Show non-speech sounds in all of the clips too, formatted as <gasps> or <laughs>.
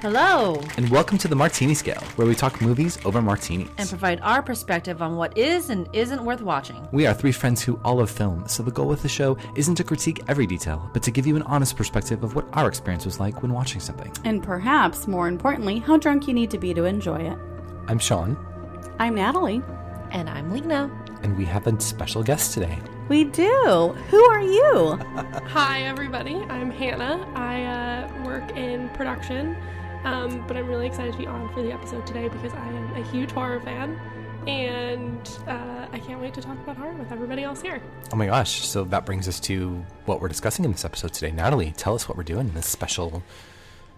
Hello, And welcome to the Martini Scale, where we talk movies over martinis. and provide our perspective on what is and isn't worth watching. we are three friends who all love film, so the goal with the show isn't to critique every detail, but to give you an honest perspective of what our experience was like when watching something. And perhaps, more importantly, how drunk you need to be to enjoy it. I'm Sean, I'm Natalie. And I'm Lena. and we have a special guest today. We do. Who are you? <laughs> Hi, everybody. I'm Hannah. I uh, work in production, um, but I'm really excited to be on for the episode today because I am a huge horror fan, and uh, I can't wait to talk about horror with everybody else here. Oh my gosh, so that brings us to what we're discussing in this episode today. Natalie, tell us what we're doing in this special.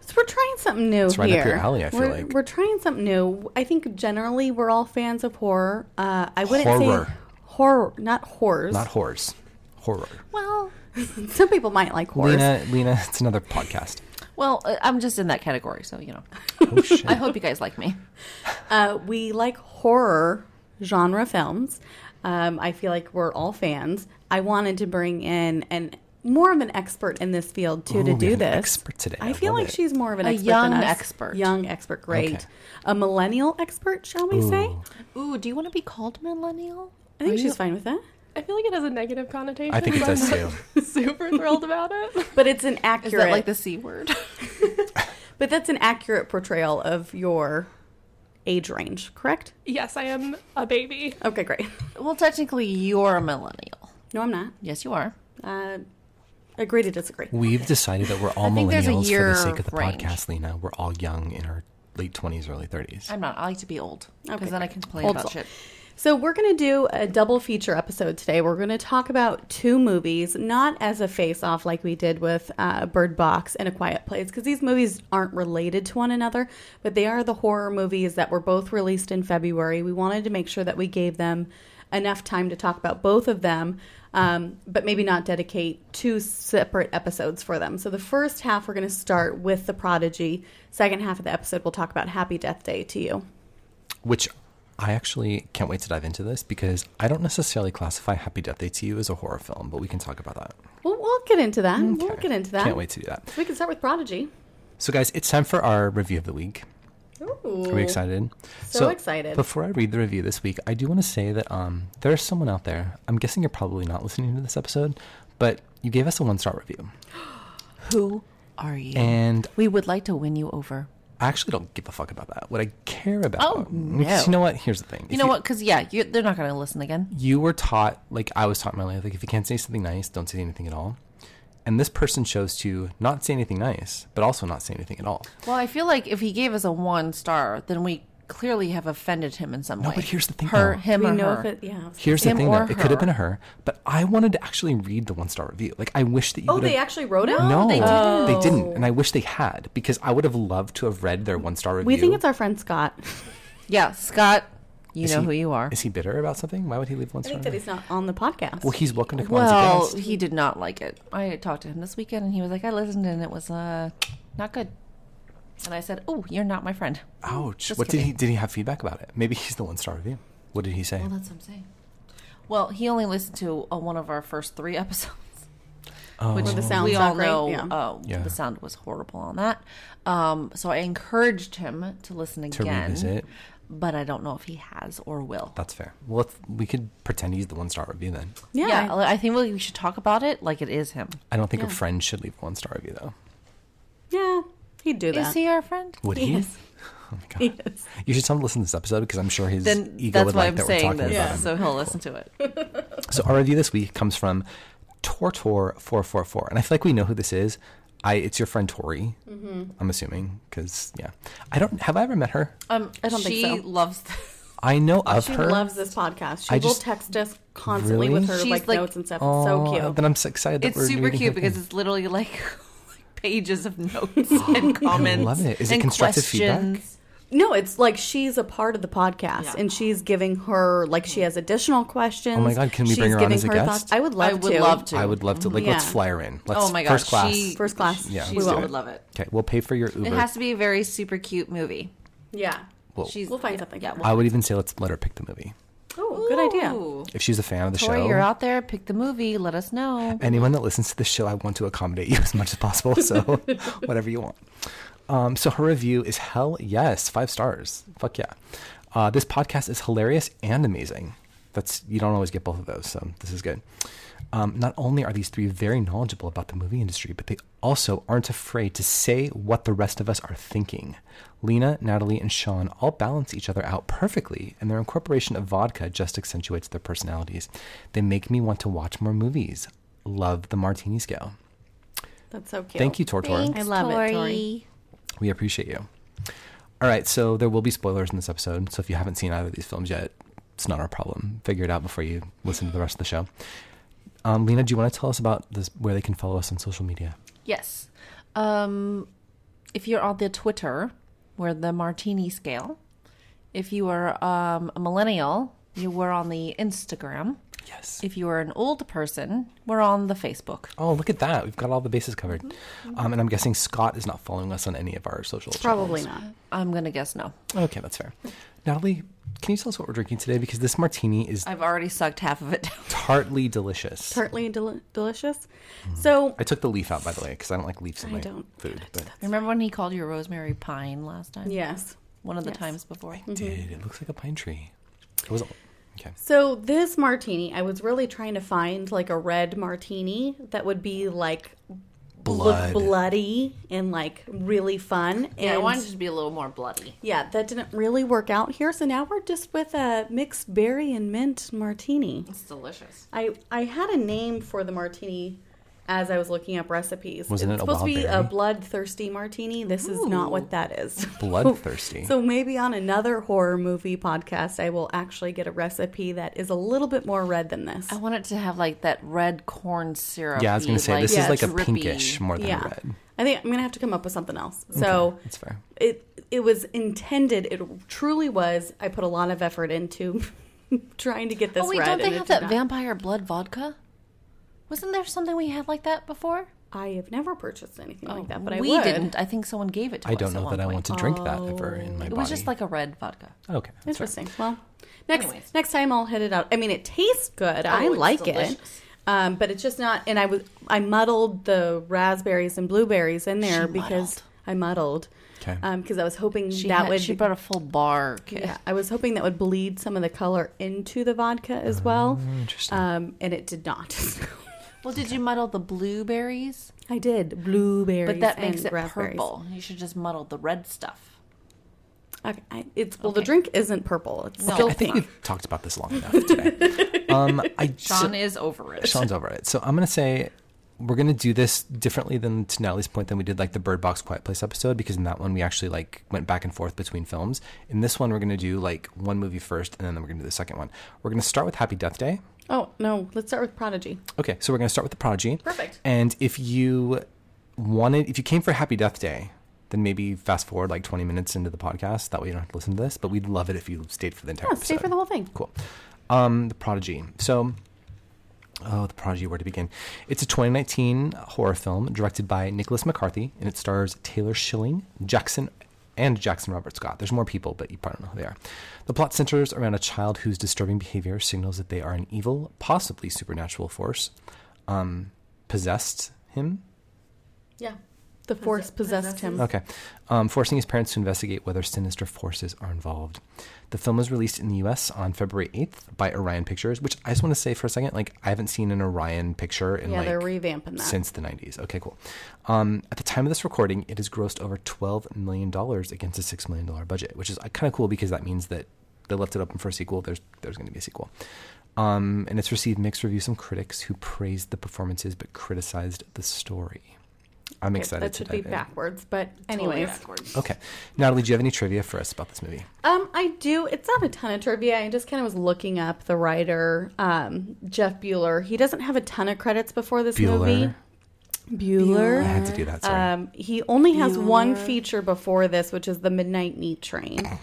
So we're trying something new It's right up here. your alley, I feel we're, like. we're trying something new. I think generally we're all fans of horror. Uh, I wouldn't Horror. say horror, not horrors. Not horrors, horror. Well, <laughs> Some people might like horrors. Lena, Lena, it's another podcast. well, uh, I'm just in that category, so you know. Oh shit. I hope you guys like me. Uh, we like horror genre films. Um, I feel like we're all fans. I wanted to bring in an more of an expert in this field too Ooh, we to have do an this. expert today. I I feel love like it. she's more of an A expert young than us. expert. young expert, great, Okay. a millennial expert, shall we say? <laughs> Ooh, do you want to be called millennial? I think she's fine with that. I feel like it has a negative connotation. I think it but does I'm too. not <laughs> Super thrilled about it. But it's an Is accurate, that like the c word? <laughs> but that's an accurate portrayal of your age range, correct? Yes, I am a baby. Okay, great. <laughs> well, technically, you're a millennial. No, I'm not. Yes, you are. Uh, agree to disagree. We've decided that we're all think there's a millennials for year the sake of the range. podcast, Lena. We're all young in our late 20s, early 30s. I'm not. I like to be old because Okay, then I great. can complain Old about soul. shit. So we're going to do a double feature episode today. We're going to talk about two movies, not as a face-off like we did with uh, Bird Box and A Quiet Place, because these movies aren't related to one another, but they are the horror movies that were both released in February. We wanted to make sure that we gave them enough time to talk about both of them, um, but maybe not dedicate two separate episodes for them. So the first half we're going to start with The Prodigy. Second half of the episode we'll talk about Happy Death Day to you. Which I actually can't wait to dive into this because I don't necessarily classify Happy Death Day to you as a horror film, but we can talk about that. We'll, we'll get into that. We'll Okay. get into that. Can't wait to do that. So we can start with Prodigy. So, guys, it's time for our review of the week. Ooh. Are we excited? So excited. Before I read the review this week, I do want to say that um, there's someone out there. I'm guessing you're probably not listening to this episode, but you gave us a one star review. Who are you? And we would like to win you over. I actually don't give a fuck about that. What I care about. Oh, no. You know what? Here's the thing. You know what? Because yeah, you they're not going to listen again. you were taught like I was taught in my life, like if you can't say something nice, don't say anything at all. And this person chose to not say anything nice, but also not say anything at all. Well, I feel like if he gave us a one star, then we clearly have offended him in some way. but here's the thing, her, though. him, We or know her. if it, yeah. Here's the Him thing or though, it could her. have been her, but I wanted to actually read the one star review. Like I wish that you Oh, would they have- actually wrote it? No, Oh, they Oh. didn't. they didn't. And I wish they had, because I would have loved to have read their one star review. We think it's our friend Scott. Yeah, Scott, you Is know he- who you are. Is he bitter about something? Why would he leave one I star? think that review? he's not on the podcast. well, he's welcome to come on Well, as a guest. he did not like it. I talked to him this weekend, and he was like, "I listened, and it was uh, not good." And I said, "Oh, you're not my friend." Ouch. just What did kidding. he did he have feedback about it? Maybe he's the one star review. What did he say? Well, Oh, that's what I'm saying. Well, he only listened to uh, one of our first three <laughs> episodes, Oh. which Where the sound's we all not great, know yeah. uh, Yeah. the sound was horrible on that. Um, so I encouraged him to listen To again, revisit. but I don't know if he has or will. That's fair. Well, let's- we could pretend he's the one star review then. yeah. yeah, I I think we should talk about it like it is him. I don't think a friend should leave one star review though. Yeah, He'd do that. Is he our friend? Would he? Yes. <laughs> Oh my god! Yes. You should tell him to listen to this episode because I'm sure his Then ego that's would why like I'm that we're saying talking this, about him. so he'll listen to it. So our review this week comes from Tortor four four four, and I feel like we know who this is. I it's your friend Tori. Mm-hmm. I'm assuming because yeah, I don't have I ever met her. <laughs> Um, don't think she so. loves. <laughs> I know Oh, of She her. loves this podcast. She I will just- text us Really? constantly "Oh, with her She's like, like- notes and stuff. It's Aw, so cute. Then I'm so excited. That it's we're super reading cute her because thing. it's literally like <laughs> pages <laughs> of notes and comments. love it. Is it and constructive feedback? questions. No, it's like she's a part of the podcast Yeah. and she's giving her like she has additional questions. Oh my God, can we she's bring her on giving as a her guest? Thoughts. I would love I would to. love to. I would love to like let's Yeah. fly her in. Let's Oh my gosh, first class. she- First class. Yeah, She let's do would it. love it. Okay, we'll pay for your Uber. It has to be a very super cute movie. Yeah. We'll- She's We'll find yeah, something. Yeah, I would even say let's let her pick the movie. Oh, good idea. Ooh. If she's a fan of the Tori, show, you're out there. Pick the movie. Let us know. <laughs> <laughs> anyone that listens to this show, I want to accommodate you as much as possible. So, whatever you want. Um, so her review is hell yes, five stars. Fuck yeah. Uh, this podcast is hilarious and amazing. That's you don't always get both of those, so this is good. Um, not only are these three very knowledgeable about the movie industry, but they also aren't afraid to say what the rest of us are thinking. Lena, Natalie, and Sean all balance each other out perfectly, and their incorporation of vodka just accentuates their personalities. They make me want to watch more movies. Love the Martini Scale. That's so cute. Thank you, Tortor. I love it, Tori. We appreciate you. All right, so there will be spoilers in this episode. So if you haven't seen either of these films yet, it's not our problem. Figure it out before you listen to the rest of the show. Um, Lena, do you want to tell us about this, where they can follow us on social media? Yes. Um, if you're on the Twitter, we're the Martini Scale. If you are um, a millennial, you were on the Instagram. Yes. If you are an old person, we're on the Facebook. Oh, look at that. We've got all the bases covered. Mm-hmm. Um, and I'm guessing Scott is not following us on any of our social Probably not. I'm gonna guess no. channels. Okay, that's fair. Natalie, can you tell us what we're drinking today? Because this martini is I've already sucked half of it down. tartly delicious. Tartly and del- delicious. Mm-hmm. So I took the leaf out, by the way, because I don't like leaves in I my don't- food. But Remember when he called you Rosemary Pine last time? yes. One of the Yes. times before. dude, it looks like a pine tree. It was okay. So this martini, I was really trying to find like a red martini that would be like bl- Blood. bloody and like really fun. And Yeah, I wanted it to be a little more bloody. yeah, that didn't really work out here. So now we're just with a mixed berry and mint martini. It's delicious. I I had a name for the martini as I was looking up recipes. Wasn't it a it's supposed to wild be berry? a bloodthirsty martini. This is not what that is. <laughs> Bloodthirsty. So maybe on another horror movie podcast, I will actually get a recipe that is a little bit more red than this. I want it to have like that red corn syrup. yeah, I was gonna say this yeah, is like a drippy. pinkish more than yeah, red. I think I'm gonna have to come up with something else. So That's fair. it it was intended. It truly was. I put a lot of effort into <laughs> trying to get this Oh wait, red. don't they and it have did that not. vampire blood vodka? Wasn't there something we had like that before? I have never purchased anything like that, but I Oh, we would. didn't. I think someone gave it to I us. don't know at that one I point. want to drink that ever in my Oh. It body. was just like a red vodka. okay. that's fair. Interesting. Well, next Anyways. Oh, next time I'll hit it out. I mean, it tastes good. I it's like it, delicious. um, but it's just not. And I was I muddled the raspberries and blueberries in there She because I muddled. 'Kay. Because I was hoping She that had, would. she brought a full bar. Kit. yeah, I was hoping that would bleed some of the color into the vodka as Mm. well, Interesting. Uh, um, and it did not. <laughs> Well, did you muddle the blueberries? I did blueberries, But that makes and it raspberries. purple. You should just muddle the red stuff. Okay, I, it's well, the Okay. drink isn't purple; it's No. still I I think pink. we've talked about this <laughs> long enough today. um, I Sean so- is over it. Sean's over it. So I'm gonna say we're gonna do this differently than to Natalie's point than we did like the Bird Box Quiet Place episode because in that one we actually like went back and forth between films. In this one we're gonna do like one movie first and then we're gonna do the second one. We're gonna start with Happy Death Day. Oh no, let's start with Prodigy. Okay, so we're gonna start with the Prodigy. Perfect. And if you wanted, if you came for Happy Death Day. Then maybe fast forward like 20 minutes into the podcast. That way you don't have to listen to this. But we'd love it if you stayed for the entire Oh, episode. stay for the whole thing. Cool. Um, the Prodigy. So, oh, the Prodigy. Where to begin? It's a 2019 horror film directed by Nicholas McCarthy, and it stars Taylor Schilling, Jackson, and Jackson Robert Scott. There's more people, but you probably don't know who they are. The plot centers around a child whose disturbing behavior signals that they are an evil, possibly supernatural force, um, possessed him. Yeah. The force possessed him. Okay. Um, forcing his parents to investigate whether sinister forces are involved. The film was released in the US on February 8th by Orion Pictures, which I just want to say for a second, like, I haven't seen an Orion picture in Yeah, like they're revamping that. since the 90s. Okay, cool. Um, at the time of this recording, it has grossed over $12 million against a $6 million budget, which is kind of cool because that means that they left it open for a sequel. There's, there's going to be a sequel. Um, and it's received mixed reviews from critics who praised the performances but criticized the story. I'm Okay, excited That to should dive be in. backwards, but Totally anyways. backwards. Okay. Natalie, do you have any trivia for us about this movie? Um, I do. It's not a ton of trivia. I just kind of was looking up the writer, um, Jeff Bueller. He doesn't have a ton of credits before this movie. Bueller. I Bueller. had to do that, sorry. Um, he only has one feature before this, which is the Midnight Meat Train. um,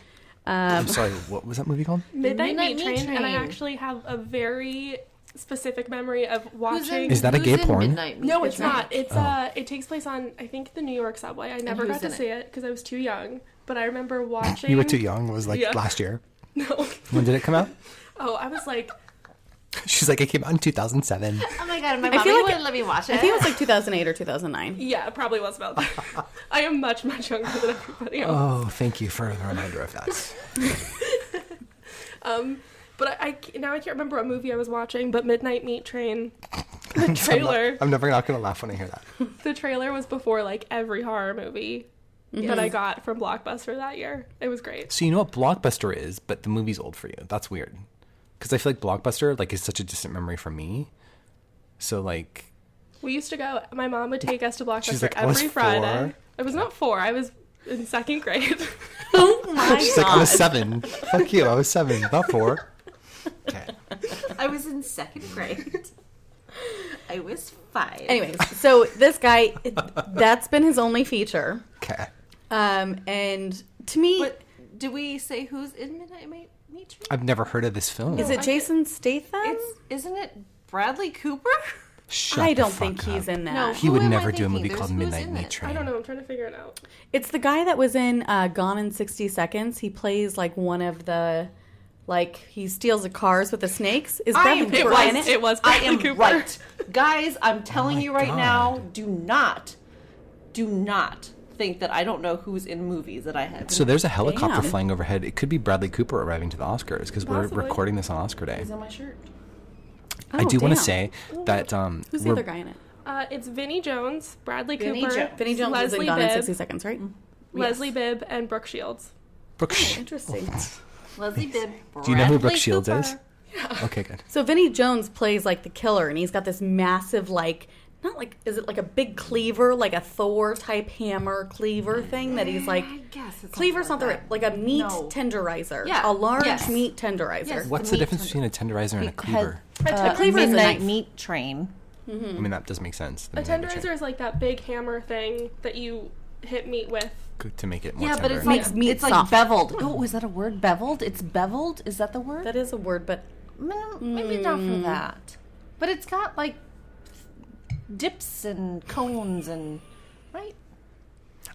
I'm sorry, what was that movie called? Midnight, Midnight Meat Meat Train, and I Train. actually have a very specific memory of Who's watching. in- Is that a who's gay in porn? Midnight Meat no, it's Train? not. It's uh, it takes place on I think the New York subway. I never who's got to in it? see it because I was too young. But I remember watching. You were too young. It was like Yeah. last year. <laughs> <laughs> No. When did it come out? Oh, I was like She's like, it came out in 2007. Oh my god, my I mommy feel like- wouldn't let me watch it. I think it was like 2008 or 2009. Yeah, it probably was about that. <laughs> I am much, much younger than everybody else. Oh, thank you for the reminder of <laughs> that. Um, but I, I c- now I can't remember what movie I was watching, but Midnight Meat Train, the trailer, I'm never not going to laugh when I hear that. the trailer was before like every horror movie that I got from Blockbuster that year. It was great. So you know what Blockbuster is, but the movie's old for you. That's weird. Because I feel like Blockbuster like is such a distant memory for me. So like, We used to go. My mom would take us to Blockbuster like, I was every Friday. four. I was not four. I was in second grade. <laughs> Oh my she's god! like, I was <laughs> seven. Fuck you, I was seven, not four. Okay. I was in second grade. I was five. Anyways, so this guy, that's been his only feature, Okay. um, and to me, But do we say who's in Midnight Meat Meat Train? I've never heard of this film. is it Jason Statham? It's isn't it Bradley Cooper? <laughs> Shut I the don't fuck think he's up. in that. No. He Who would am I never do a thinking? movie There's called who's Midnight in Meat it? Train. I don't know. I'm trying to figure it out. It's the guy that was in uh, Gone in 60 Seconds. He plays like one of the, like, he steals the cars with the snakes. Is I Bradley am Cooper right. in it? It was I Bradley am Cooper. right, guys. I'm telling Oh my you right God. now. Do not, do not think that I don't know who's in movies that I have. So there's a helicopter Damn. flying overhead. It could be Bradley Cooper arriving to the Oscars because we're Possibly. recording this on Oscar Day. He's on my shirt. I do want to Oh, damn. say that um, Who's the we're- other guy in it? Uh, it's Vinnie Jones, Bradley Vinnie Cooper, Jones. Vinny Jones is in Leslie Gone in 60 Bibb, Seconds, right? Leslie Bibb, and Brooke Shields. Brooke Sh- Interesting. Leslie Bibb. Do you know Bradley who Brooke Shields Cooper. is? Okay, good. So Vinny Jones plays like the killer, and he's got this massive, like, not like, is it like a big cleaver, like a Thor type hammer cleaver thing that he's like. I guess it's something Cleaver's not the like right, like a meat No. tenderizer. Yeah. A large Yes. meat tenderizer. Yes. What's The the, meat difference between a tenderizer and a Because- cleaver? A Uh, cleaver is a Midnight knife. Meat Train. I mean, that does make sense. The A meat would change. tenderizer is like that big hammer thing that you hit meat with. Good to make it more Yeah, tender. but it's Makes like meat it's like soft. beveled. Oh, is that a word? Beveled? It's beveled. Is that the word? That is a word, but Mm, Maybe not for that. But it's got like dips and cones and right.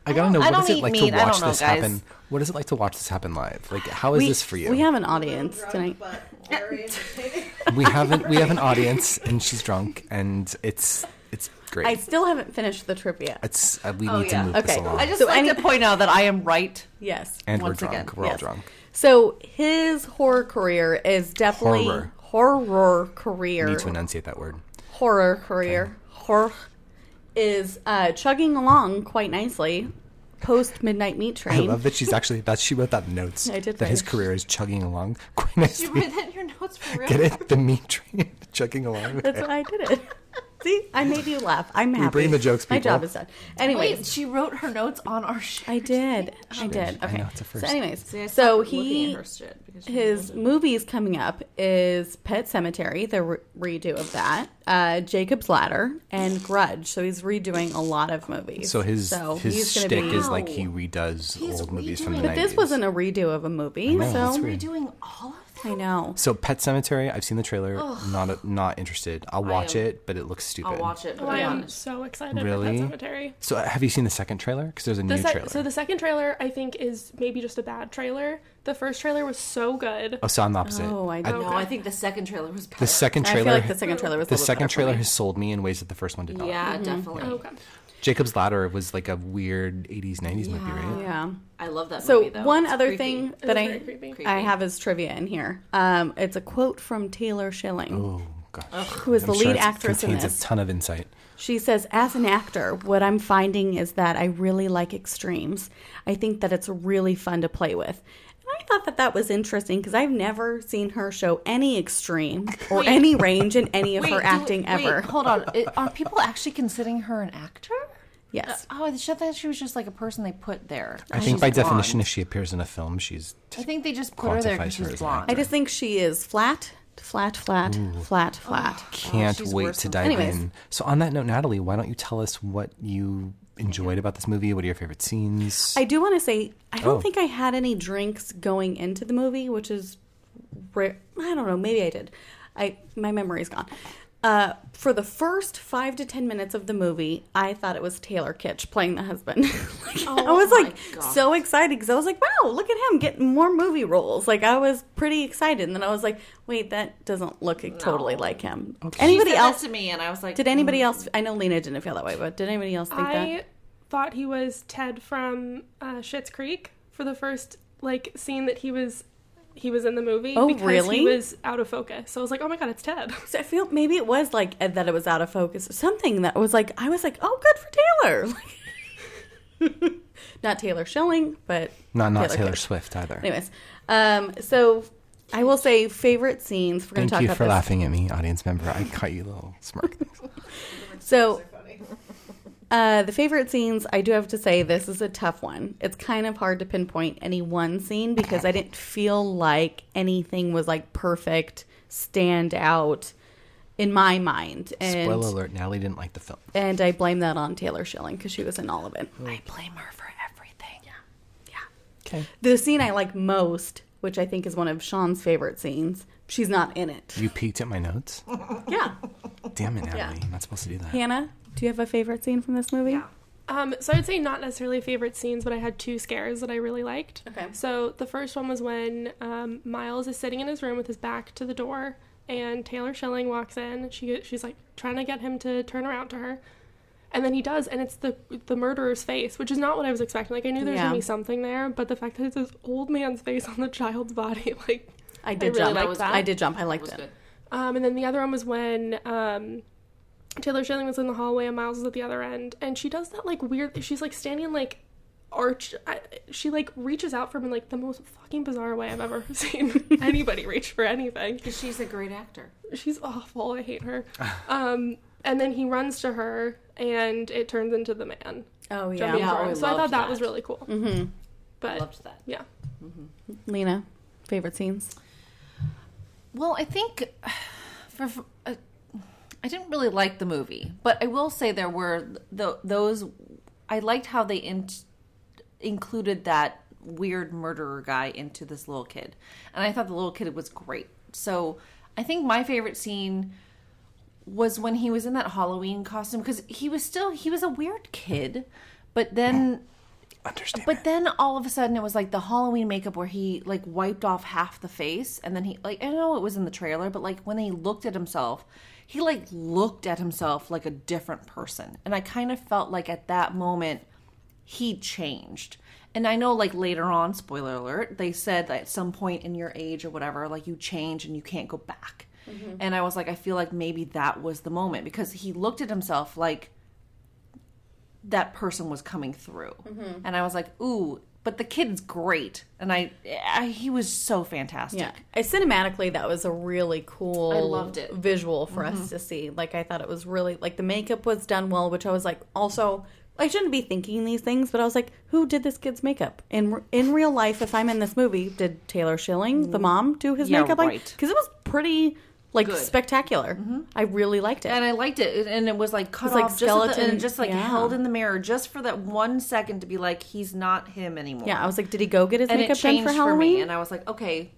I gotta know I what is don't it eat like meat. to I watch don't know, this guys. happen? What is it like to watch this happen live? Like, how is we, this for you? we have an audience tonight. we haven't. We have <laughs> an audience, and she's drunk, and it's it's great. I still haven't finished the trivia. it's uh, we Oh, need yeah. to move this Okay. along, I just So like any- to point out that I am right. Yes. and we're once drunk. again, we're all yes. drunk. So his horror career is definitely Horror. horror, career. Need to enunciate that word. horror career. Horror is uh, chugging along quite nicely post Midnight Meat I Train. love that she's actually that she wrote that in notes. I did that his write it. career is chugging along <laughs> quite You nicely. read that in your notes for real? <laughs> Get it? The meat train <laughs> chugging along. That's why I did it. <laughs> See, I made you laugh. I'm happy. bring the jokes, My job people. is done. Anyways, Wait, she wrote her notes on our shit. I did. I did. I Okay. know, it's a first. So, anyways, so he shit because His movies coming up is Pet Cemetery, the re- redo of that, uh, Jacob's Ladder, and Grudge. So he's redoing a lot of movies. So his his he's gonna shtick be- is like he redoes He's old movies from the redoing- But nineties. But this wasn't a redo of a movie, know, that's so weird. doing all of that. I know. So Pet Cemetery, I've seen the trailer. Not not interested. I'll watch am- it, but it looks stupid. I'll watch it. Oh, But I I am so excited for Really? Pet Cemetery. So uh, have you seen the second trailer? Because there's a The new sec- trailer. so the second trailer, I think, is maybe just a bad trailer. The first trailer was so good. oh, so I'm the opposite. Oh, I No, know. I think the second trailer was better. The second I trailer. feel like the second trailer was a the little second better for trailer me. has sold me in ways that the first one did not. Yeah, Mm-hmm. definitely. Okay. Jacob's Ladder was like a weird 80s 90s movie, right? Yeah. I love that So movie though. one It's other creepy. thing It that was I very creepy. Creepy. I have is trivia in here. Um, it's a quote from Taylor Schilling. Oh gosh. Who is the lead it's- actress in contains this. a ton of insight. She says, as an actor, what I'm finding is that I really like extremes. I think that it's really fun to play with. And I thought that that was interesting because I've never seen her show any extreme or any range in any of Wait, her do- acting wait, ever. Hold on. I- Are people actually considering her an actor? Uh, Yes. Oh, I should thought she was just like a person they put there. Oh, I think by definition, if she appears in a film, she's I think they just put her there quantifies because her she's as an blonde. I just think she is flat, flat, flat, flat, flat. Oh. can't she's wait worse to than- dive Anyways. in. So on that note, Natalie, why don't you tell us what you enjoyed about this movie? What are your favorite scenes? I do want to say I don't Oh. think I had any drinks going into the movie, which is rare. I don't know. Maybe I did. I my memory's gone. Uh, for the first five to ten minutes of the movie, I thought it was Taylor Kitsch playing the husband. <laughs> Like, I was like so excited because I was like, "Wow, look at him getting more movie roles!" Like I was pretty excited, and then I was like, "Wait, that doesn't look totally like him." Anybody Said else? that to me, and I was like, Did anybody else? I know Lena didn't feel that way, but did anybody else think that? I thought he was Ted from uh, Schitt's Creek for the first like scene that he was he was in the movie. Oh, because really? He was out of focus, so I was like, oh my god, it's Ted. <laughs> So I feel maybe it was like uh, that it was out of focus or something that was like I was like, oh, good for Taylor. <laughs> not Taylor Schilling, but Not not Taylor, Kitsch. Swift either. Anyways, um, so I will say favorite scenes. We're going Thank to talk you about for this. laughing at me, audience member. I caught you little <laughs> smirk. So. Uh, the favorite scenes, I do have to say, this is a tough one. It's kind of hard to pinpoint any one scene because I didn't feel like anything was like perfect, stand out in my mind. And Spoiler alert: Natalie didn't like the film. And I blame that on Taylor Schilling because she was in all of it. "Mm." I blame her for everything. Okay, The scene I like most, which I think is one of Sean's favorite scenes, she's not in it. <laughs> you peeked at my notes. <laughs> Yeah. Damn it, Natalie! You're not supposed to do that. Hannah, do you have a favorite scene from this movie? Yeah. Um, so I'd say not necessarily favorite scenes, but I had two scares that I really liked. Okay. So the first one was when um, Miles is sitting in his room with his back to the door, and Taylor Schilling walks in. She she's like trying to get him to turn around to her, and then he does, and it's the the murderer's face, which is not what I was expecting. Like I knew there was Yeah. gonna be something there, but the fact that it's this old man's face on the child's body, <laughs> like I did really jump. liked I, that. did jump. I liked was it. good. um, and then the other one was when um, Taylor Schilling was in the hallway and Miles was at the other end, and she does that like weird. She's like standing like arch. I, she like reaches out for him in like the most fucking bizarre way I've ever <laughs> seen anybody reach for anything. Because she's a great actor. She's awful. I hate her. Um, and then he runs to her, and it turns into the man. Oh, yeah. Mm-hmm. jumping Yeah, for I him. so I thought loved that, that. was really cool. But Loved that. yeah, Lena, favorite scenes? Well, I think <sighs> for, for uh, I didn't really like the movie, but I will say there were th- those. I liked how they in- included that weird murderer guy into this little kid, and I thought the little kid was great. So I think my favorite scene was when he was in that Halloween costume because he was still he was a weird kid, but then Understand? but then all of a sudden it was like the Halloween makeup where he like wiped off half the face and then he like I know it was in the trailer, but like when he looked at himself, he like looked at himself like a different person. And I kind of felt like at that moment he changed. And I know like later on, spoiler alert, they said that at some point in your age or whatever, like you change and you can't go back. And I was like, I feel like maybe that was the moment because he looked at himself like that person was coming through Mm-hmm. and i was like ooh but the kid's great and i, I he was so fantastic Yeah. I, cinematically, that was a really cool I loved it. Mm-hmm. visual for us to see. Like, I thought it was really, like, the makeup was done well, which I was like, also. I shouldn't be thinking these things, but I was like, "Who did this kid's makeup?" In in real life, if I'm in this movie, did Taylor Schilling, the mom, do his Mm. Yeah, makeup? Like, right. because it was pretty like Good. Mm-hmm. spectacular. I really liked it. and i liked it and it was like cut like, off just at the, skeleton- and just like yeah. held in the mirror just for that one second to be like he's not him anymore yeah, I was like, "Did he go get his and it makeup done changed for for, Halloween?" me and i was like okay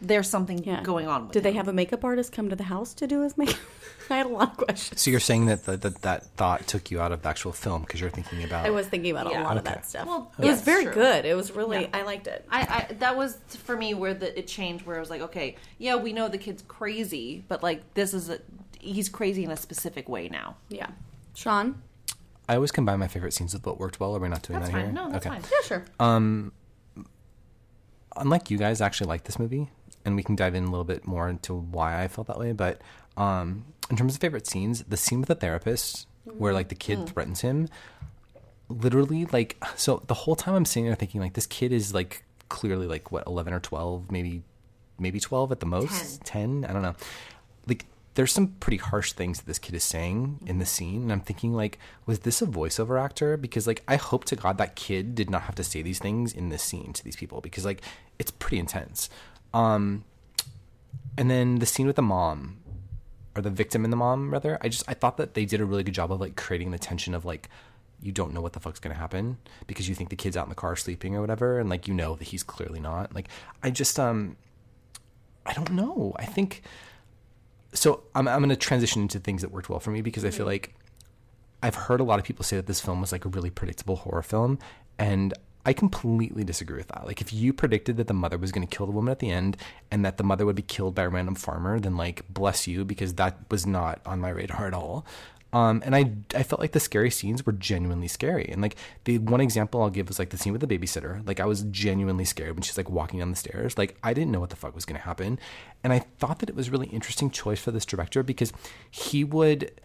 there's something Yeah. going on with Did they him. have a makeup artist come to the house to do his makeup? <laughs> I had a lot of questions. so you're saying that the, that that thought took you out of the actual film because you're thinking about. I was thinking about a lot of Okay. that stuff. Well, it was that's very true. good. It was really I liked it. I, I that was for me where the, it changed where I was like okay yeah we know the kid's crazy but like this is a he's crazy in a specific way now Yeah, Sean. I always combine my favorite scenes with what worked well. Are we not doing that's that fine here? no that's fine Yeah, sure. unlike you guys, I actually like this movie, and we can dive in a little bit more into why I felt that way. But um, in terms of favorite scenes, the scene with the therapist where like the Mm. kid threatens him, literally like so the whole time I'm sitting there thinking like this kid is like clearly like what eleven or twelve, maybe maybe twelve at the most, ten. I don't know. Like there's some pretty harsh things that this kid is saying in the scene, and I'm thinking like, was this a voiceover actor? Because like I hope to God that kid did not have to say these things in this scene to these people because like it's pretty intense. Um, and then the scene with the mom or the victim and the mom rather i just i thought that they did a really good job of like creating the tension of like you don't know what the fuck's going to happen because you think the kid's out in the car sleeping or whatever and like you know that he's clearly not like i just um i don't know i think so I'm, I'm going to transition into things that worked well for me because I feel like I've heard a lot of people say that this film was like a really predictable horror film, and I completely disagree with that. Like, if you predicted that the mother was going to kill the woman at the end and that the mother would be killed by a random farmer, then like, bless you, because that was not on my radar at all. Um, and I, I felt like the scary scenes were genuinely scary. And like the one example I'll give is like the scene with the babysitter. Like I was genuinely scared when she's like walking down the stairs. Like I didn't know what the fuck was going to happen. And I thought that it was a really interesting choice for this director because he would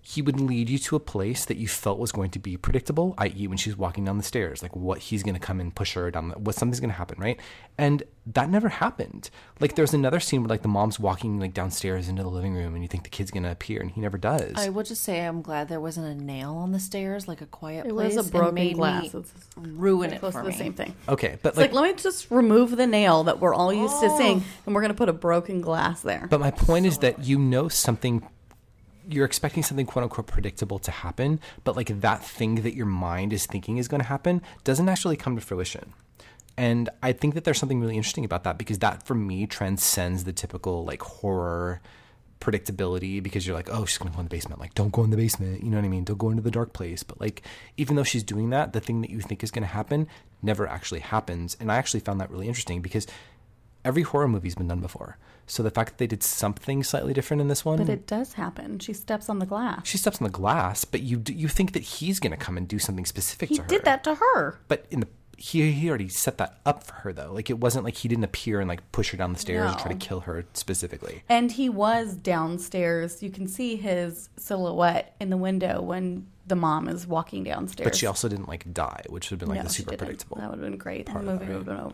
he would lead you to a place that you felt was going to be predictable, i.e., when she's walking down the stairs, like what he's going to come and push her down, the, what something's going to happen, right? And that never happened. Like there's another scene where like the mom's walking like downstairs into the living room, and you think the kid's going to appear, and he never does. I will just say I'm glad there wasn't a nail on the stairs, like a quiet It place. was a and broken made glass. Me It's ruin it close for to the me. same thing. okay, but It's like, Oh. let me just remove the nail that we're all used to seeing, and we're going to put a broken glass there. But my point is that you know something, you're expecting something quote unquote predictable to happen, but like that thing that your mind is thinking is going to happen doesn't actually come to fruition. And I think that there's something really interesting about that because that for me transcends the typical like horror predictability because you're like, oh, she's going to go in the basement. Like, don't go in the basement. You know what I mean? Don't go into the dark place. But like, even though she's doing that, the thing that you think is going to happen never actually happens. And I actually found that really interesting because every horror movie's been done before. So the fact that they did something slightly different in this one, But it does happen. She steps on the glass. she steps on the glass, but you d- you think that he's going to come and do something specific He to her. did that to her. but in the he, he already set that up for her though. Like it wasn't like he didn't appear and like push her down the stairs and try to No. kill her specifically. And he was downstairs. You can see his silhouette in the window when the mom is walking downstairs. But she also didn't like die, which would have been like the No, she super didn't. predictable. That would have been great. The part of movie that, would have been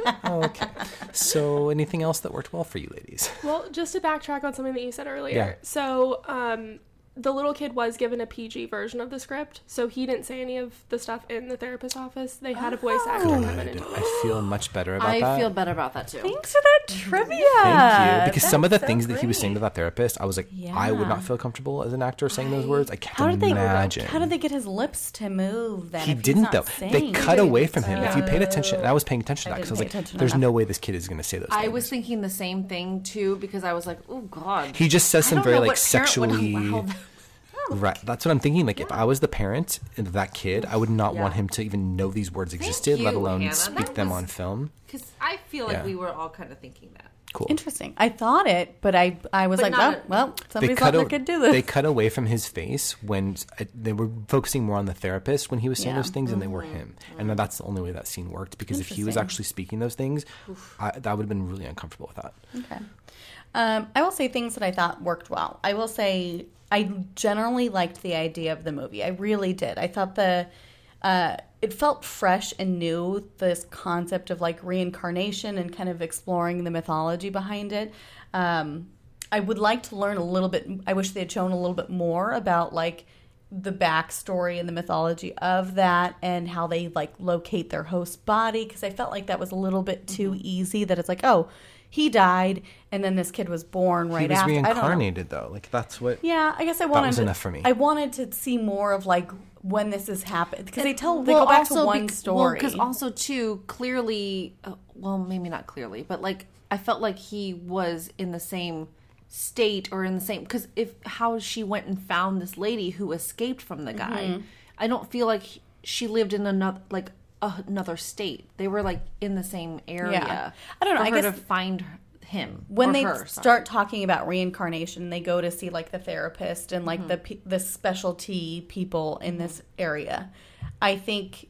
over. Oh, okay. So anything else that worked well for you ladies? Well, just to backtrack on something that you said earlier. Yeah. So, um, the little kid was given a PG version of the script, so he didn't say any of the stuff in the therapist's office. They had a voice actor come in. Good. And, I feel much better about I that. feel better about that too. Thanks for that trivia. Thank you. Because some of the things that he was saying to that therapist, I was like, I would Yeah. not feel comfortable as an actor saying those words. I can't How did they? imagine. How did they get his lips to move? Then he if he's didn't not though. They saying? cut away from him. If you paid attention, and I was paying attention to I that because I didn't was pay like, attention "There's enough. no way this kid is going to say those." I things. was thinking the same thing too because I was like, oh god. He just says I some don't very know like what parent would sexually. <laughs> allow that. oh, Right. That's what I'm thinking. Like, if I was the parent of that kid, I would not want him to even know these words existed, let you, alone Hannah. speak That them was- on film. Because I feel like Yeah. we were all kind of thinking that. Cool. Interesting. I thought it, but I I was But like, well, not- well, they somebody's cut, not a, that could do this. they cut away from his face when uh, they were focusing more on the therapist when he was saying Yeah. Mm-hmm. those things and they were him and that's the only way that scene worked because if he was Interesting. actually speaking those things I, that would have been really uncomfortable with that <laughs> Okay. Um, I will say things that I thought worked well. I will say I generally liked the idea of the movie. I really did. I thought the uh, it felt fresh and new. This concept of like reincarnation and kind of exploring the mythology behind it. Um, I would like to learn a little bit. I wish they had shown a little bit more about like the backstory and the mythology of that and how they like locate their host body because I felt like that was a little bit too Mm-hmm. easy that it's like oh he died and then this kid was born right he was after I don't know. reincarnated though like that's what yeah I guess I wanted was to- enough for me. I wanted to see more of like when this has happened because they tell they Well, go back to also one bec- story Because also too clearly, uh, well, maybe not clearly, but like I felt like he was in the same state or in the same because if how she went and found this lady who escaped from the guy, Mm-hmm. I don't feel like he- she lived in another like a- another state. They were like in the same area. I don't know, For I her guess- to find her- him when or they her, sorry. start talking about reincarnation, they go to see like the therapist and like the Mm-hmm. pe the specialty people in this area. I think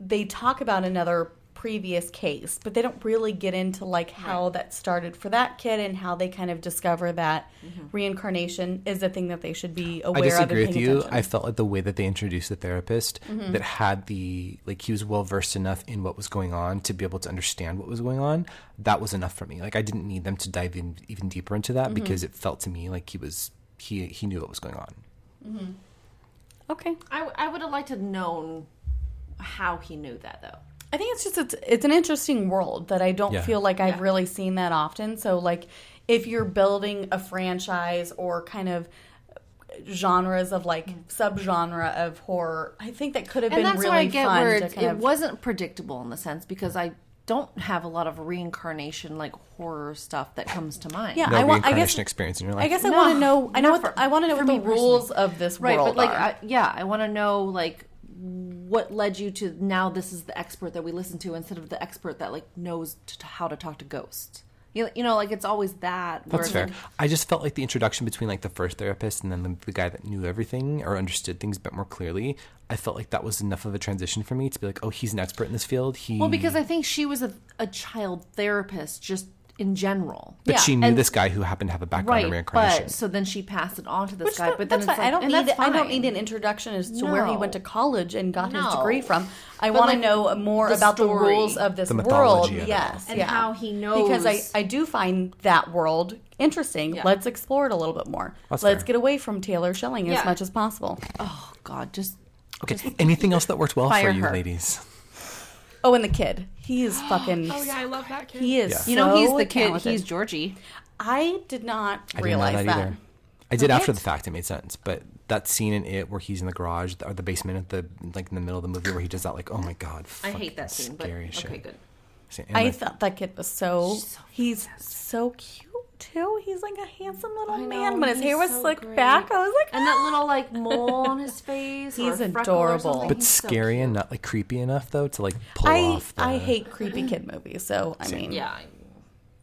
they talk about another previous case, but they don't really get into like how that started for that kid and how they kind of discover that Mm-hmm. reincarnation is a thing that they should be aware I disagree of. and with paying you. attention. Mm-hmm. I felt like the way that they introduced the therapist that had the like he was well versed enough in what was going on to be able to understand what was going on. That was enough for me. Like I didn't need them to dive in even deeper into Mm-hmm. that because it felt to me like he was he he knew what was going on. okay. I, w- I would have liked to known how he knew that though. I think it's just it's, it's an interesting world that I don't Yeah. feel like I've really seen that often. So like if you're building a franchise or kind of genres of like Mm. subgenre of horror, I think that could have and been that's really where I get fun where to it's, kind it of wasn't predictable in the sense because I don't have a lot of reincarnation like horror stuff that comes to mind. Yeah, No I want. I reincarnation guess. experience in your life. I guess I No, want to know. I know. not What, for- I want to know for what the me personally. rules of this right. But world like, are. I, yeah, I want to know like what led you to now this is the expert that we listen to instead of the expert that like knows t- t- how to talk to ghosts. You, you know, like it's always that. where That's it's fair. like- I just felt like the introduction between like the first therapist and then the, the guy that knew everything or understood things a bit more clearly. I felt like that was enough of a transition for me to be like, oh, he's an expert in this field. He Well, because I think she was a, a child therapist just in general. but yeah. she knew and- this guy who happened to have a background in Right, reincarnation. but so then she passed it on to this Which guy. that- But then it's that's like, fine. I don't and need. that's I don't fine. need an introduction as to where he No. went to college and got his No. degree from. I But, want to like, know more the about the story. rules of this The world. mythology of it Yes, all. And yeah. how he because I knows. I do find that world interesting. Let's explore it a little bit more. That's Let's fair. get away from Taylor Shelling as Yeah. much as possible. Oh God, just okay, anything else that worked well for Fire you, her. ladies? Oh, and the kid. He is <gasps> fucking. Oh yeah, I love that kid. He is. Yeah. you know he's so the kid. talented. He's Georgie. I did not I didn't know realize that that. either. I did after the fact. It made sense, but that scene in it where he's in the garage or the basement at the like in the middle of the movie where he does that like oh my god I fucking hate that scene. But scary as shit. okay, good. Scene. And I the- thought that kid was so. he's so cute too. He's like a handsome little I man, know, but his he's hair was so slicked great. back. I was like, And that little like mole on his face. He's or a freckle or adorable. something, but he's so scary cute. and not like creepy enough though to like pull I off. The, I hate creepy kid movies, so I mean, Yeah, I-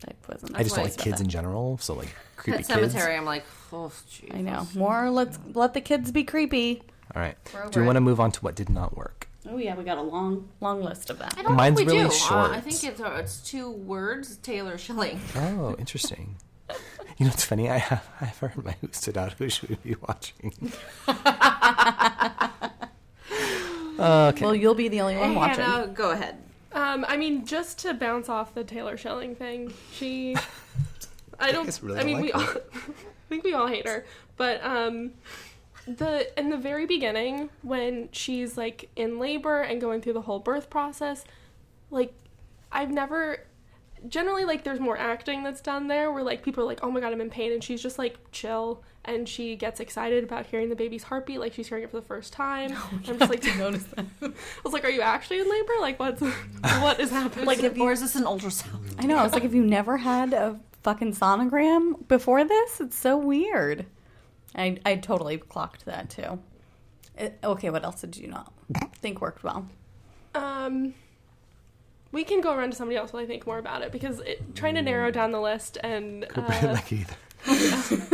I wasn't. I just don't why like kids in general. So like creepy that kids. cemetery. I'm like, oh, jeez. I know more. Let's let the kids be creepy. All right. We're Do over we it. want to move on to what did not work? Oh yeah, we got a long long list of that. I don't Mine's think we really do. short. Uh, I think it's, uh, it's two words. Taylor Schilling. Oh, interesting. <laughs> you know what's funny? I <laughs> have I've heard my who stood out who should we be watching. okay. Well, you'll be the only one watching. Hannah, go ahead. Um, I mean, just to bounce off the Taylor Shelling thing, she. I don't. guys really I mean, like we her. all. <laughs> I think we all hate her, but um, the in the very beginning when she's like in labor and going through the whole birth process, like I've never. Generally, like there's more acting that's done there, where like people are like, "Oh my god, I'm in pain," and she's just like chill, and she gets excited about hearing the baby's heartbeat, like she's hearing it for the <laughs> first time. I'm just like, Notice that. <laughs> I was like, "Are you actually in labor? Like, what's <laughs> what is happening?" Like, or is this an ultrasound? I know. I was like, if you never had a fucking sonogram before this, it's so weird. I I totally clocked that too. It- okay, what else did you not think worked well? um, we can go around to somebody else while I think more about it because it, trying Mm. to narrow down the list and I <laughs> uh, didn't like either.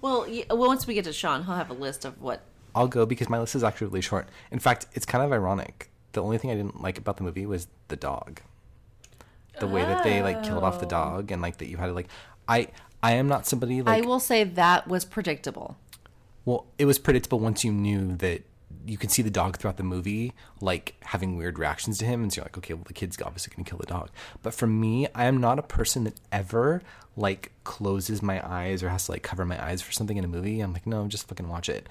Well, y- well, once we get to Sean, he'll have a list of what. I'll go because my list is actually really short. In fact, it's kind of ironic. The only thing I didn't like about the movie was the dog. The way that they like killed off the dog and like that you had to like I I am not somebody like I will say that was predictable. Well, it was predictable once you knew that you could see the dog throughout the movie, like having weird reactions to him, and so you're like, okay, well, the kid's obviously gonna kill the dog. But for me, I am not a person that ever like closes my eyes or has to like cover my eyes for something in a movie. I'm like, no, just fucking watch it.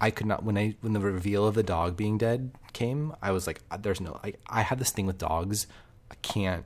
I could not when I when the reveal of the dog being dead came, I was like, "Uh, there's no like I have this thing with dogs, I can't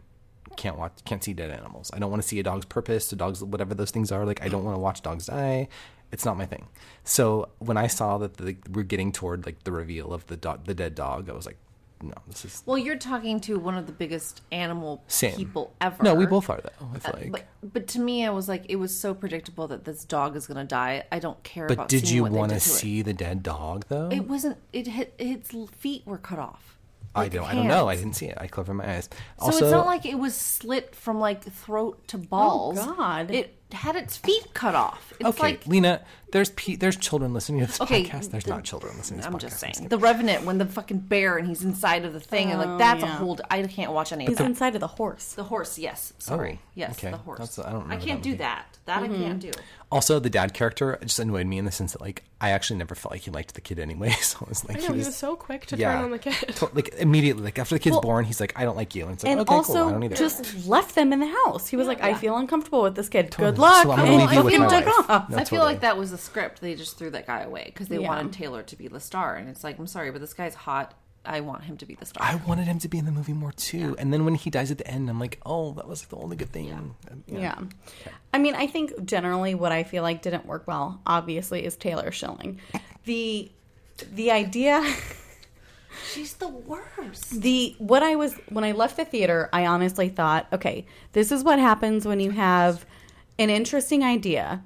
can't watch can't see dead animals. I don't want to see a dog's purpose, a dog's whatever those things are. Like I don't want to watch dogs die. It's not my thing. So when I saw that the, we're getting toward like the reveal of the dog, the dead dog, I was like, no, this is Well, you're talking to one of the biggest animal same. people ever. Uh, No, we both are though. I feel like. But, but to me, I was like, it was so predictable that this dog is going to die. I don't care But, about. did seeing you what they want to did to it. see the dead dog though? It wasn't. It hit, its feet were cut off. I Like, don't. I don't know. I hands. didn't see it. I covered my eyes. So it's not like it was slit from like throat to balls. Oh, God. It had its feet cut off. It's okay, like Lena, there's pe- there's children listening to this Okay, podcast. There's the- not children listening to this I'm podcast. just I'm just saying. kidding. The Revenant when the fucking bear and he's inside of the thing and like that's Oh, yeah. a hold I can't watch any of He's that. inside of the horse. The horse, yes. Sorry. Oh, yes, okay. the horse. That's- I don't remember can't that do movie. that. That I can't Mm-hmm. do. Also, the dad character just annoyed me in the sense that, like, I actually never felt like he liked the kid anyway. <laughs> So I was like, I know he was so quick to yeah, turn on the kid. <laughs> To- like immediately, like after the kid's born, he's like, I don't like you, and it's like, And okay, also cool, I don't either. just left them in the house. He was like, I feel uncomfortable with this kid. Good Totally. luck. So I'm gonna And leave you with fucking my took life. off. No, I feel totally. like that was the script. They just threw that guy away because they Yeah. wanted Taylor to be the star, and it's like, I'm sorry, but this guy's hot. I want him to be the star. I wanted him to be in the movie more too. And then when he dies at the end, I'm like, oh, that was the only good thing. Um, yeah. Yeah. I mean, I think generally what I feel like didn't work <laughs> well, obviously, is Taylor Schilling. The the idea She's the worst. the what I was when I left the theater, I honestly thought, okay, this is what happens when you have an interesting idea,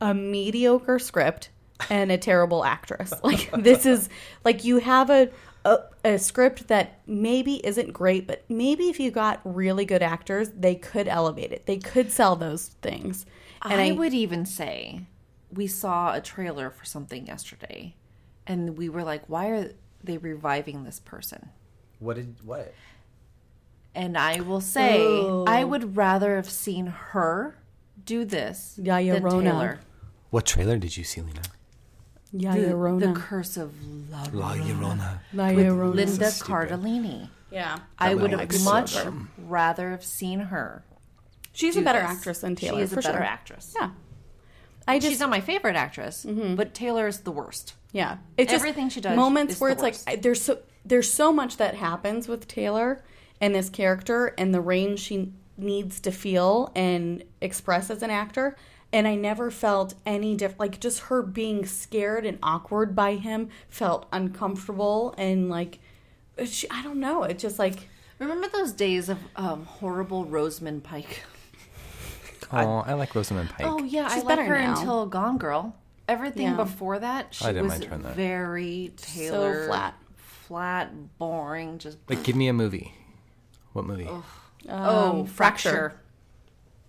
a mediocre script, and a terrible actress. <laughs> Like this is like you have a a, a script that maybe isn't great, but maybe if you got really good actors, they could elevate it. They could sell those things. And I would even say we saw a trailer for something yesterday and we were like, why are they reviving this person? What did what? And I will say, I would rather have seen her do this Yaya than Rona. Taylor. What trailer did you see, Lena? yeah, The, the Rona. curse of love. La Llorona. Linda stupid. Cardellini. Yeah. I would would have have been much awesome. rather have seen her. She's a do better this. actress than Taylor. She is a for better sure. actress. Yeah. I just She's not my favorite actress, but Taylor is the worst. Yeah, it's just Everything she does Moments is where the it's like worst. I, there's so there's so much that happens with Taylor and this character and the range she needs to feel and express as an actor. And I never felt any different. Like just her being scared and awkward by him felt uncomfortable and like she, I don't know. It's just like Remember those days of um, horrible Rosamund Pike? Oh, I like Rosamund Pike. Oh yeah, She's I like better her now. until Gone Girl. Everything Yeah. before that, she I didn't was mind her in that. very Taylor flat. flat, boring. Just Like, give me a movie. What movie? Oh, oh, fracture. Fracture.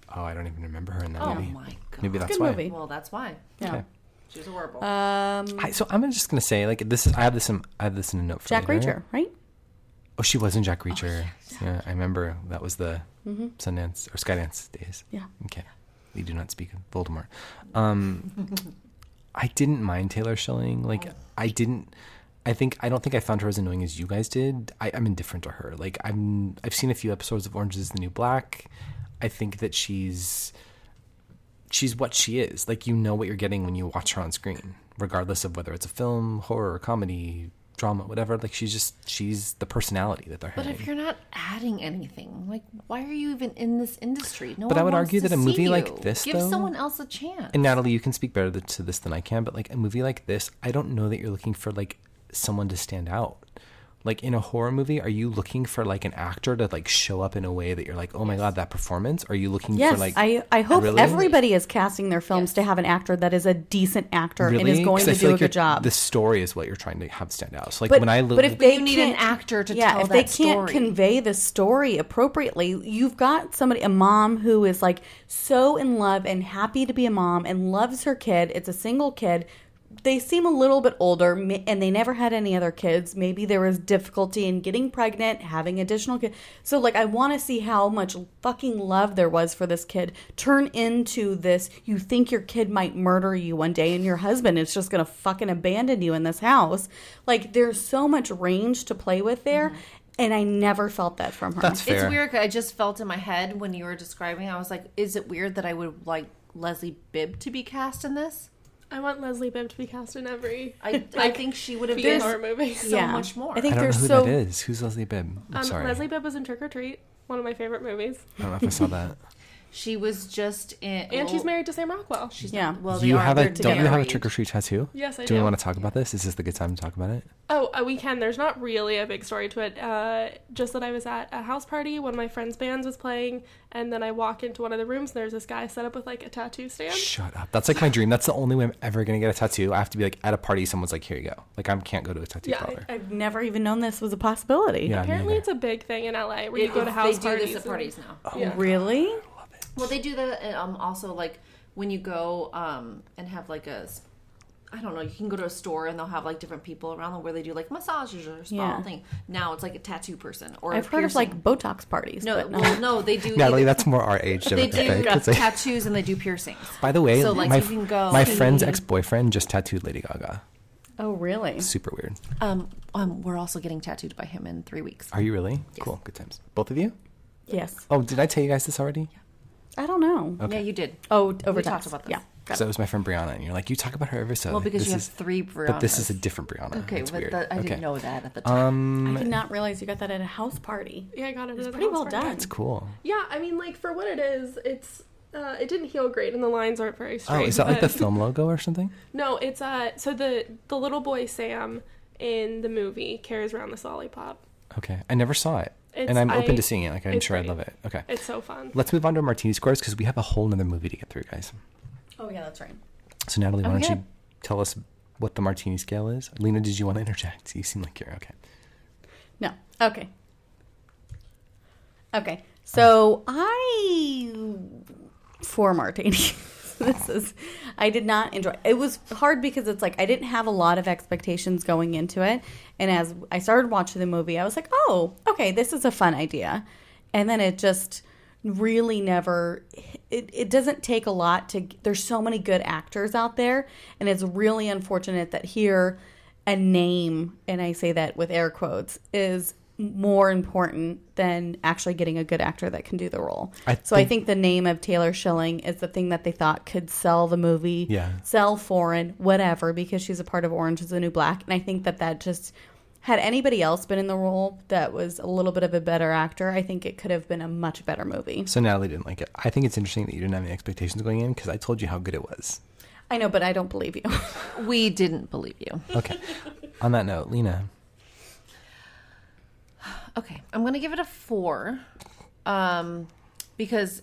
I don't even remember her in that Oh movie. my god. Maybe that's good why. movie. Well, that's why Yeah. she was horrible. Um, Hi, so I'm just gonna say, like, this is I have this in I have this in a note for Jack later. Reacher, right? Oh, she was in Jack Reacher. yeah, I remember that was the Mm-hmm. Sundance or Skydance days. Yeah. Okay. We do not speak of Voldemort. <laughs> Um, I didn't mind Taylor Schilling. Like, Oh. I didn't. I think I don't think I found her as annoying as you guys did. I, I'm indifferent to her. Like, I'm I've seen a few episodes of Orange Is the New Black. I think that she's she's what she is. Like you know what you're getting when you watch her on screen, regardless of whether it's a film, horror, comedy, drama, whatever. Like she's just she's the personality that they're but having. if you're not adding anything, like why are you even in this industry? No But one I would wants argue to that a see movie like you. this, give though- someone else a chance. and Natalie, you can speak better th- to this than I can, but like a movie like this, I don't know that you're looking for like someone to stand out. Like in a horror movie, are you looking for like an actor to like show up in a way that you're like, oh my god, that performance? Are you looking Yes, for like I, I hope really? everybody is casting their films to have an actor that is a decent actor and is going 'Cause I to feel do like a you're- good job. The story is what you're trying to have stand out. So like but, when I look, but if they You need an can't- actor to yeah, tell if they that can't story. convey the story appropriately, you've got somebody, a mom who is like so in love and happy to be a mom and loves her kid. It's a single kid. They seem a little bit older ma- and they never had any other kids. Maybe there was difficulty in getting pregnant, having additional kids. So, like, I want to see how much fucking love there was for this kid turn into this. You think your kid might murder you one day and your husband is just going to fucking abandon you in this house. Like, there's so much range to play with there. And I never felt that from her. that's fair. It's weird. 'cause I just felt in my head when you were describing. I was like, is it weird that I would like Leslie Bibb to be cast in this? I want Leslie Bibb to be cast in every I, <laughs> I think she would have B been horror movie. so much more. I think I don't know there's who so that is. Who's Leslie Bibb? I'm <laughs> Um, sorry. Leslie Bibb was in Trick or Treat, one of my favorite movies, I don't know if I saw that. She was just in. and she's well, married to Sam Rockwell. She's Yeah. not- well, you they are, have a they're don't you together. have a trick or treat tattoo? Yes, I Do we do. want to talk about this? Is this the good time to talk about it? Oh, a weekend. There's not really a big story to it. Uh, just that I was at a house party. One of my friends' bands was playing, and then I walk into one of the rooms, and there's this guy set up with like a tattoo stand. Shut up. That's like my dream. That's the only way I'm ever gonna get a tattoo. I have to be like at a party. Someone's like, "Here you go." Like I can't go to a tattoo Yeah, I- parlor. I've never even known this was a possibility. yeah, Apparently, neither. it's a big thing in LA where you It- go to house they do parties. this at and- parties now. Yeah. Really? Well, they do that and, um, also like when you go um, and have like a. s- I don't know. You can go to a store and they'll have like different people around them where they do like massages or spa Yeah. thing. Now it's like a tattoo person or a I've heard of piercing. like Botox parties. no, but no. well, no, they do. <laughs> Natalie, either- that's more our <laughs> age they demographic. do It's like- tattoos and they do piercings. by the way, So, like, my, you can go- my friend's ex boyfriend just tattooed Lady Gaga. Oh, really? Super weird. Um, um, we're also getting tattooed by him in three weeks. Are you really? Cool. Good times. Both of you? Yes. Oh, did I tell you guys this already? I don't know. Yeah, you did. Oh, over talked about this. Yeah. got So it was my friend Brianna, and you're like, you talk about her every so. Well, because this you have is- three Briannas. But this is a different Brianna. okay, It's but weird. that- I okay. didn't know that at the time. Um, it. I did not realize you got that at a house party. Yeah, I got it. at a Pretty house well party. done. it's cool. Yeah, I mean, like for what it is, it's uh, it didn't heal great, and the lines aren't very <laughs> straight. Oh, is that like the but- film logo or something? No, it's uh so the the little boy Sam in the movie carries around this lollipop. Okay. I never saw it. It's- and I'm open I- to seeing it. Like I'm it's sure I'd great. love it. Okay. It's so fun. Let's move on to martini squares because we have a whole nother movie to get through, guys. Oh yeah, that's right. So Natalie, Oh, why don't Okay. you tell us what the martini scale is? Lena, did you want to interject? You seem like you're okay. No. Okay. Okay. So I four martinis. <laughs> this is I did not enjoy. It was hard because it's like I didn't have a lot of expectations going into it, and as I started watching the movie, I was like, "Oh, okay, this is a fun idea," and then it just really never it, it doesn't take a lot to there's so many good actors out there and it's really unfortunate that here a name, and I say that with air quotes, is more important than actually getting a good actor that can do the role. I so I think- think the name of Taylor Schilling is the thing that they thought could sell the movie, Yeah. sell foreign, whatever, because she's a part of Orange is the New Black. And I think that that just had anybody else been in the role that was a little bit of a better actor, I think it could have been a much better movie. So Natalie didn't like it. I think it's interesting that you didn't have any expectations going in because I told you how good it was. I know, but I don't believe you. <laughs> We didn't believe you. <laughs> Okay. on that note, Lena, Okay, I'm gonna give it a four, um, because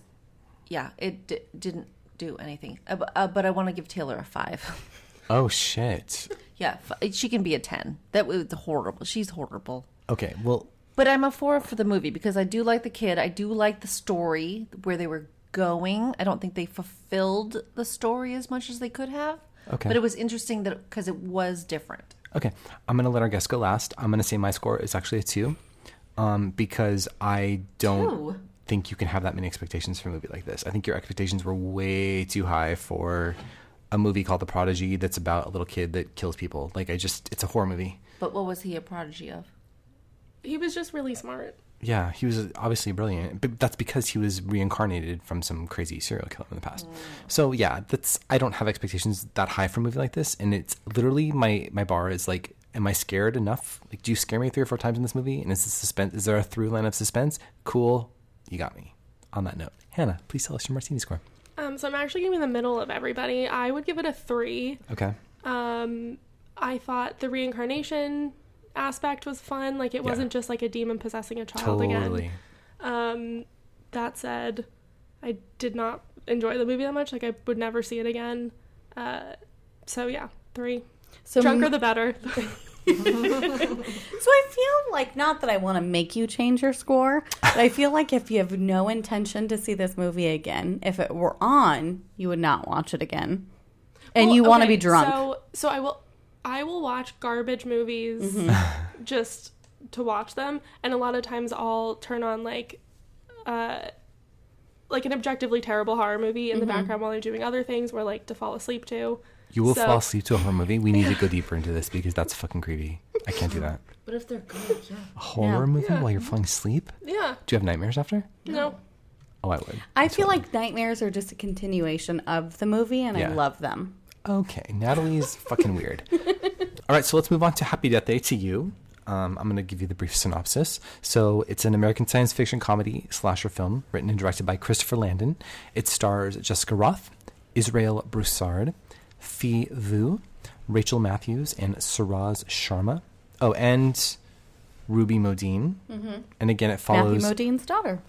yeah, it d- didn't do anything. Uh, bu- uh, but I want to give Taylor a five. <laughs> Oh shit. yeah, f- she can be a ten. That was horrible. She's horrible. Okay. Well, But I'm a four for the movie because I do like the kid. I do like the story where they were going. I don't think they fulfilled the story as much as they could have. Okay. But it was interesting that because it was different. okay. I'm gonna let our guest go last. I'm gonna say my score is actually a two, um, because I don't Two? think you can have that many expectations for a movie like this. I think your expectations were way too high for a movie called The Prodigy that's about a little kid that kills people. Like I just, it's a horror movie. But what was he a prodigy of? He was just really smart. Yeah, he was obviously brilliant, but that's because he was reincarnated from some crazy serial killer in the past. Mm. So yeah, that's I don't have expectations that high for a movie like this, and it's literally my my bar is like, am I scared enough? Like, do you scare me three or four times in this movie? And is the suspense? Is there a through line of suspense? Cool, you got me. On that note, Hannah, please tell us your martini score. Um, so I'm actually giving the middle of everybody. I would give it a three. Okay, Um, I thought the reincarnation aspect was fun. Like it wasn't just like a demon possessing a child totally. again. Um, that said, I did not enjoy the movie that much. Like I would never see it again. Uh, so yeah, three. So Drunker the better. So I feel like not that I want to make you change your score, but I feel like if you have no intention to see this movie again, if it were on, you would not watch it again. <laughs> And you Well, want to okay, be drunk. So so I will I will watch garbage movies Mm-hmm. just to watch them and a lot of times I'll turn on like uh like an objectively terrible horror movie in the Mm-hmm. background while I'm doing other things or like to fall asleep to. You will So- fall asleep to a horror movie. We need to go deeper into this because that's fucking creepy. I can't do that. But if they're good, yeah. A horror movie while you're falling asleep? Yeah. Do you have nightmares after? No. Oh, I would. I feel like nightmares are just a continuation of the movie, and Yeah. I love them. Okay, Natalie's fucking weird. <laughs> All right, so let's move on to Happy Death Day to you. Um, I'm going to give you the brief synopsis. So, it's an American science fiction comedy slasher film written and directed by Christopher Landon. It stars Jessica Roth, Israel Broussard, Fee Vu, Rachel Matthews, and Saraz Sharma. Oh, and Ruby Modine. And again, it follows. Matthew Modine's daughter.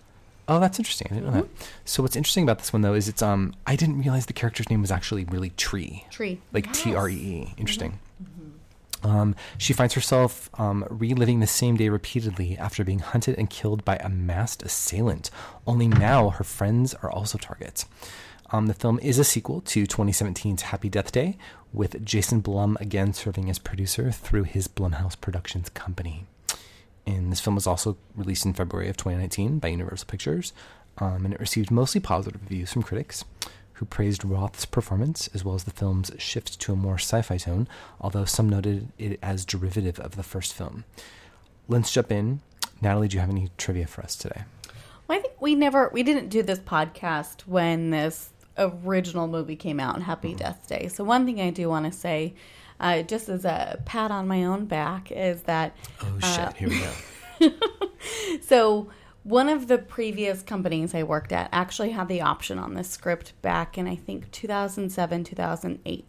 Oh, that's interesting. I didn't know that. So what's interesting about this one though is it's um I didn't realize the character's name was actually really Tree. Tree. Like T R E E. Interesting. Um, she finds herself um, reliving the same day repeatedly after being hunted and killed by a masked assailant. Only now her friends are also targets. Um, the film is a sequel to 2017's Happy Death Day, with Jason Blum again serving as producer through his Blumhouse Productions company. And this film was also released in February of 2019 by Universal Pictures, um, and it received mostly positive reviews from critics, who praised Roth's performance as well as the film's shift to a more sci fi tone, although some noted it as derivative of the first film. Let's jump in. Natalie, do you have any trivia for us today? Well, I think we never we didn't do this podcast when this original movie came out, Happy Death Day. So one thing I do want to say, uh, just as a pat on my own back, is that Oh, shit. Here we go. so One of the previous companies I worked at actually had the option on this script back in I think 2007, 2008.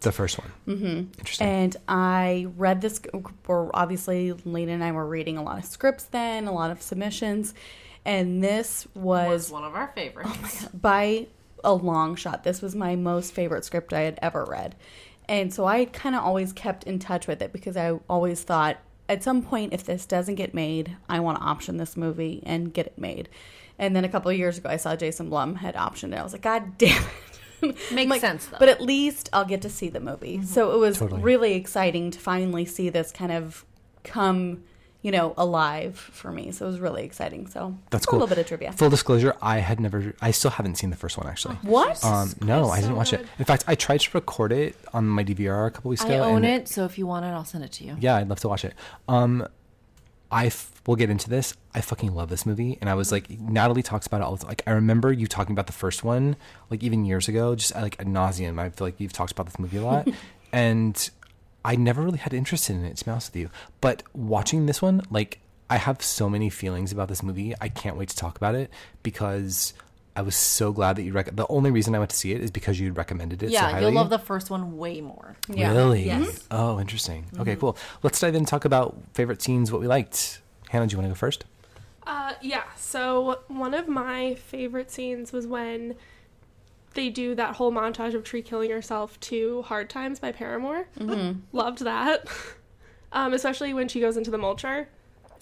<laughs> The first one. Mm-hmm. Interesting. And I read this, or obviously, Lena and I were reading a lot of scripts then, a lot of submissions. And this was was, one of our favorites. Oh by a long shot, this was my most favorite script I had ever read. And so I kind of always kept in touch with it because I always thought, at some point, if this doesn't get made, I want to option this movie and get it made. And then a couple of years ago, I saw Jason Blum had optioned it. I was like, God damn it. <laughs> Makes Like, sense, though. Mm-hmm. But at least I'll get to see the movie. So it was Totally. really exciting to finally see this kind of come, you know, alive for me. So it was really exciting. So That's a cool. little bit of trivia. Full disclosure, I had never, I still haven't seen the first one actually. What? Um, no, I so didn't watch it. good. In fact, I tried to record it on my DVR a couple weeks ago. I own and it, so if you want it, I'll send it to you. Yeah, I'd love to watch it. Um, I f- we'll get into this. I fucking love this movie, and I was like, Natalie talks about it all the time. Like, I remember you talking about the first one, like even years ago, just uh, like ad nauseum. I feel like you've talked about this movie a <laughs> lot, and I never really had interest in it. To be honest with you, but watching this one, like, I have so many feelings about this movie. I can't wait to talk about it because. I was so glad that you rec- the only reason I went to see it is because you recommended it. so Yeah, highly. you'll love the first one way more. Yeah. Mm-hmm. Really? Yes. Oh, interesting. Okay, cool. Let's dive in and talk about favorite scenes, what we liked. Hannah, do you want to go first? Uh, yeah. So one of my favorite scenes was when they do that whole montage of Tree killing herself to "Hard Times" by Paramore. Mm-hmm. Loved that. <laughs> Um, especially when she goes into the mulcher.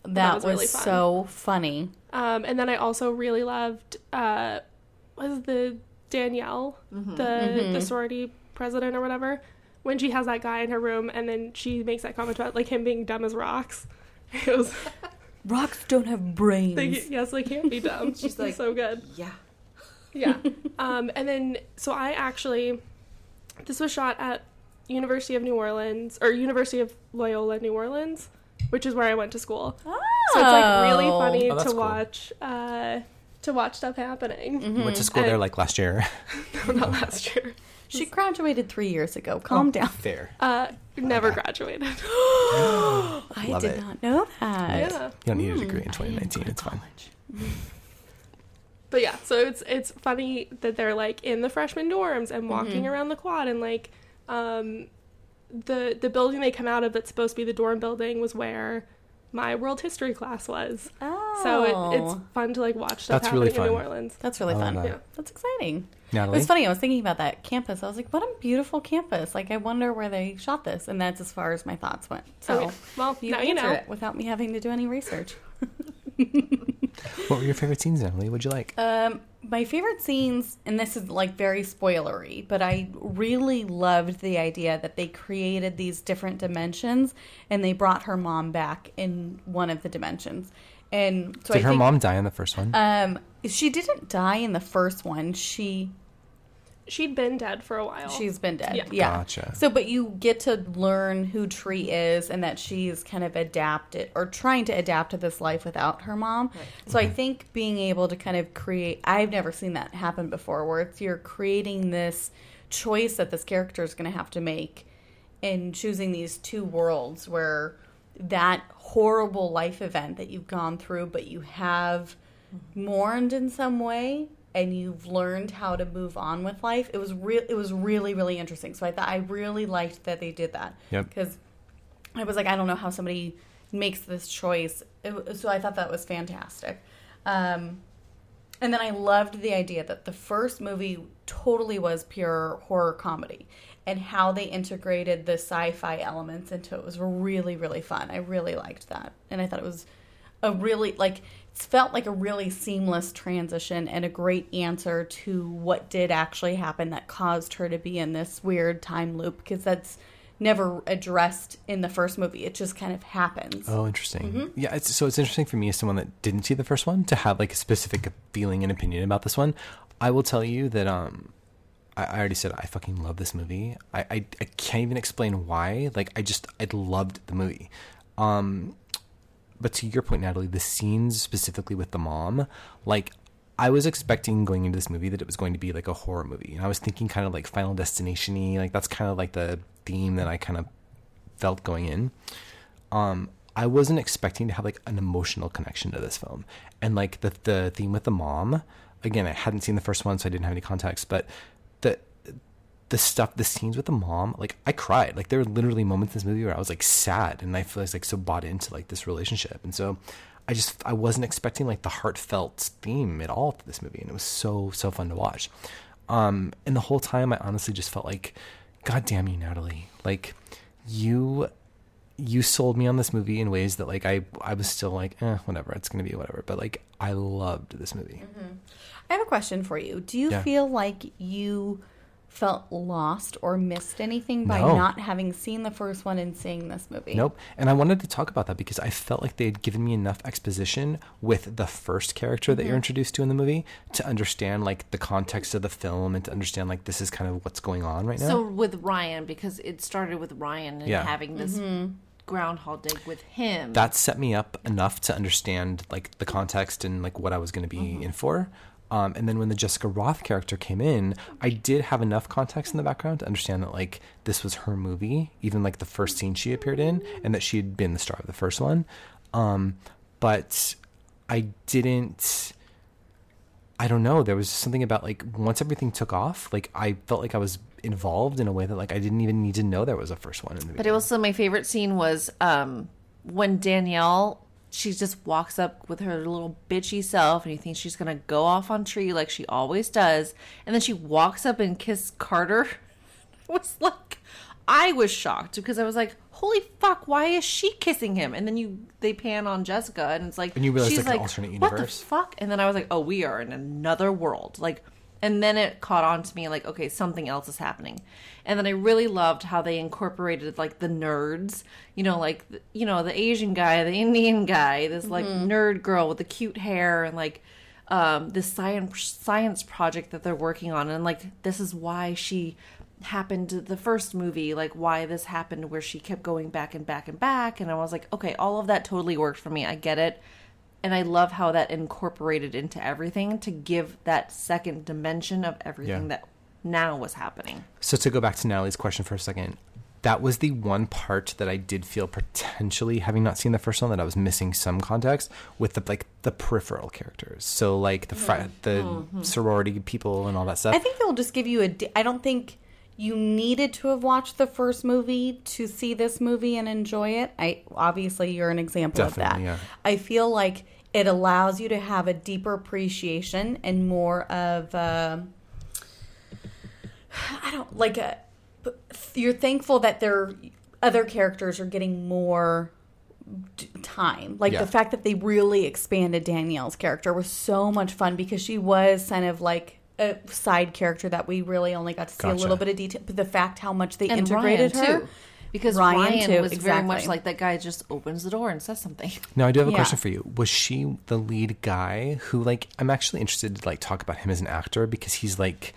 That, was was, really fun. so funny. Um, and then I also really loved uh, was the Danielle, the the sorority president or whatever, when she has that guy in her room, and then she makes that comment about like him being dumb as rocks. <laughs> It was Rocks don't have brains. like, yes, they can be dumb. She's like- so good. Yeah. Yeah. um, and then, so I actually, this was shot at University of New Orleans or University of Loyola New Orleans, which is where I went to school. So it's like really Oh. funny Oh, that's to cool. watch uh, to watch stuff happening. <laughs> Mm-hmm. You went to school Uh, there like last <gasps> year. Not last year. She graduated three years ago. Calm down. <gasps> there. Uh, never graduated. I Love did it. not know that. <laughs> yeah. You don't need a degree in 2019. It's fine. But yeah, so it's it's funny that they're like in the freshman dorms and walking around the quad and like um the the building they come out of that's supposed to be the dorm building was where my world history class was. Oh, So it, it's fun to like watch stuff That's happening really in New fun. Orleans. that's really I love fun. that. Yeah. That's exciting. Natalie? It was funny. I was thinking about that campus. I was like, what a beautiful campus. Like, I wonder where they shot this. And that's as far as my thoughts went. So Okay. Well, you Oh. now answered you know. it without me having to do any research. What were your favorite scenes, Natalie? What'd you like? Um, my favorite scenes, and this is like very spoilery, but I really loved the idea that they created these different dimensions and they brought her mom back in one of the dimensions. And so Did I her think, mom die in the first one? Um, she didn't die in the first one. She She'd been dead for a while. she's been dead. Yeah. Yeah. Gotcha. So, but you get to learn who Tree is and that she's kind of adapted or trying to adapt to this life without her mom. So, I think being able to kind of create, I've never seen that happen before, where it's you're creating this choice that this character is going to have to make in choosing these two worlds where that horrible life event that you've gone through, but you have mourned in some way and you've learned how to move on with life. It was real it was really really interesting. So I thought I really liked that they did that. Yep. Cuz I was like I don't know how somebody makes this choice. It, wa- so I thought that was fantastic. Um and then I loved the idea that the first movie totally was pure horror comedy and how they integrated the sci fi elements into it was really, really fun. I really liked that. And I thought it was a really, like, it felt like a really seamless transition and a great answer to what did actually happen that caused her to be in this weird time loop because that's never addressed in the first movie. It just kind of happens. Oh, interesting. Yeah, it's, so it's interesting for me as someone that didn't see the first one to have like a specific feeling and opinion about this one. I will tell you that um, I, I already said I fucking love this movie. I, I I can't even explain why. Like I just I loved the movie. Um, but to your point, Natalie, the scenes specifically with the mom, like I was expecting going into this movie that it was going to be like a horror movie, and I was thinking kind of like Final Destination y, like that's kind of like the theme that I kind of felt going in. Um, I wasn't expecting to have like an emotional connection to this film, and like the the theme with the mom. Again, I hadn't seen the first one, so I didn't have any context, but the the stuff, the scenes with the mom, like I cried. Like there were literally moments in this movie where I was like sad, and I feel like so bought into like this relationship, and so I just I wasn't expecting like the heartfelt theme at all to this movie, and it was so so fun to watch. Um, and the whole time, I honestly just felt like, God damn you, Natalie! Like you you sold me on this movie in ways that like I I was still like eh whatever it's gonna be whatever but like I loved this movie I have a question for you. Do you Yeah. feel like you felt lost or missed anything by No. not having seen the first one and seeing this movie? nope and I wanted to talk about that because I felt like they had given me enough exposition with the first character that you're introduced to in the movie to understand like the context of the film and to understand like this is kind of what's going on right now So with Ryan, because it started with Ryan and Yeah. having this Groundhog Day with him. that set me up enough to understand like the context and like what I was going to be in for. Um, and then when the Jessica Roth character came in, I did have enough context in the background to understand that like this was her movie, even like the first scene she appeared in, and that she had been the star of the first one. Um, but I didn't. I don't know. There was just something about like once everything took off, like I felt like I was involved in a way that like I didn't even need to know there was a first one in the But it also my favorite scene was um, when Danielle she just walks up with her little bitchy self and you think she's gonna go off on tree like she always does, and then she walks up and kisses Carter. <laughs> I was like I was shocked because I was like, Holy fuck, why is she kissing him? And then you they pan on Jessica and it's like And you realize, she's like, an alternate what the universe. fuck? And then I was like, Oh, we are in another world. Like and then it caught on to me like, okay, something else is happening. And then I really loved how they incorporated like the nerds, you know, like th- you know, the Asian guy, the Indian guy, this like nerd girl with the cute hair and like um this science science project that they're working on and like this is why she happened to the first movie, like why this happened where she kept going back and back and back and I was like, okay, all of that totally worked for me. I get it and I love how that incorporated into everything to give that second dimension of everything Yeah. that now was happening. So to go back to Natalie's question for a second, that was the one part that I did feel potentially having not seen the first one that I was missing some context with the like the peripheral characters. So like the fri- the sorority people Mm-hmm. and all that stuff. I think they'll just give you a. di- I don't think you needed to have watched the first movie to see this movie and enjoy it. I obviously you're an example of that. Definitely, yeah. I feel like it allows you to have a deeper appreciation and more of. um I don't like a. but You're thankful that their other characters are getting more d- time. Like Yeah. the fact that they really expanded Danielle's character was so much fun because she was kind of like a side character that we really only got to see a Gotcha. little bit of detail. But the fact how much they And integrated Ryan, her, too. Because Ryan, Ryan, too, was very much exactly. like that guy just opens the door and says something. <laughs> now I do have a yeah. question for you. Was she the lead guy who like I'm actually interested to like talk about him as an actor because he's like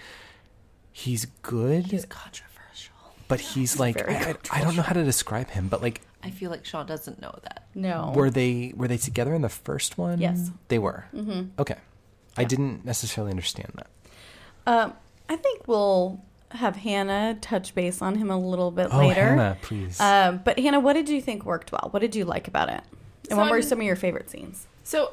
he's good, Controversial. but he's like I, I, I don't know how to describe him, but like I feel like Sean doesn't know that. no, Were they were they together in the first one? Oh. Yes. they were. Mm-hmm. Okay, I didn't necessarily understand that. Um, I think we'll have Hannah touch base on him a little bit Oh, later. Hannah, please. Um, but Hannah, what did you think worked well? What did you like about it? And So what were I'm- some of your favorite scenes? So,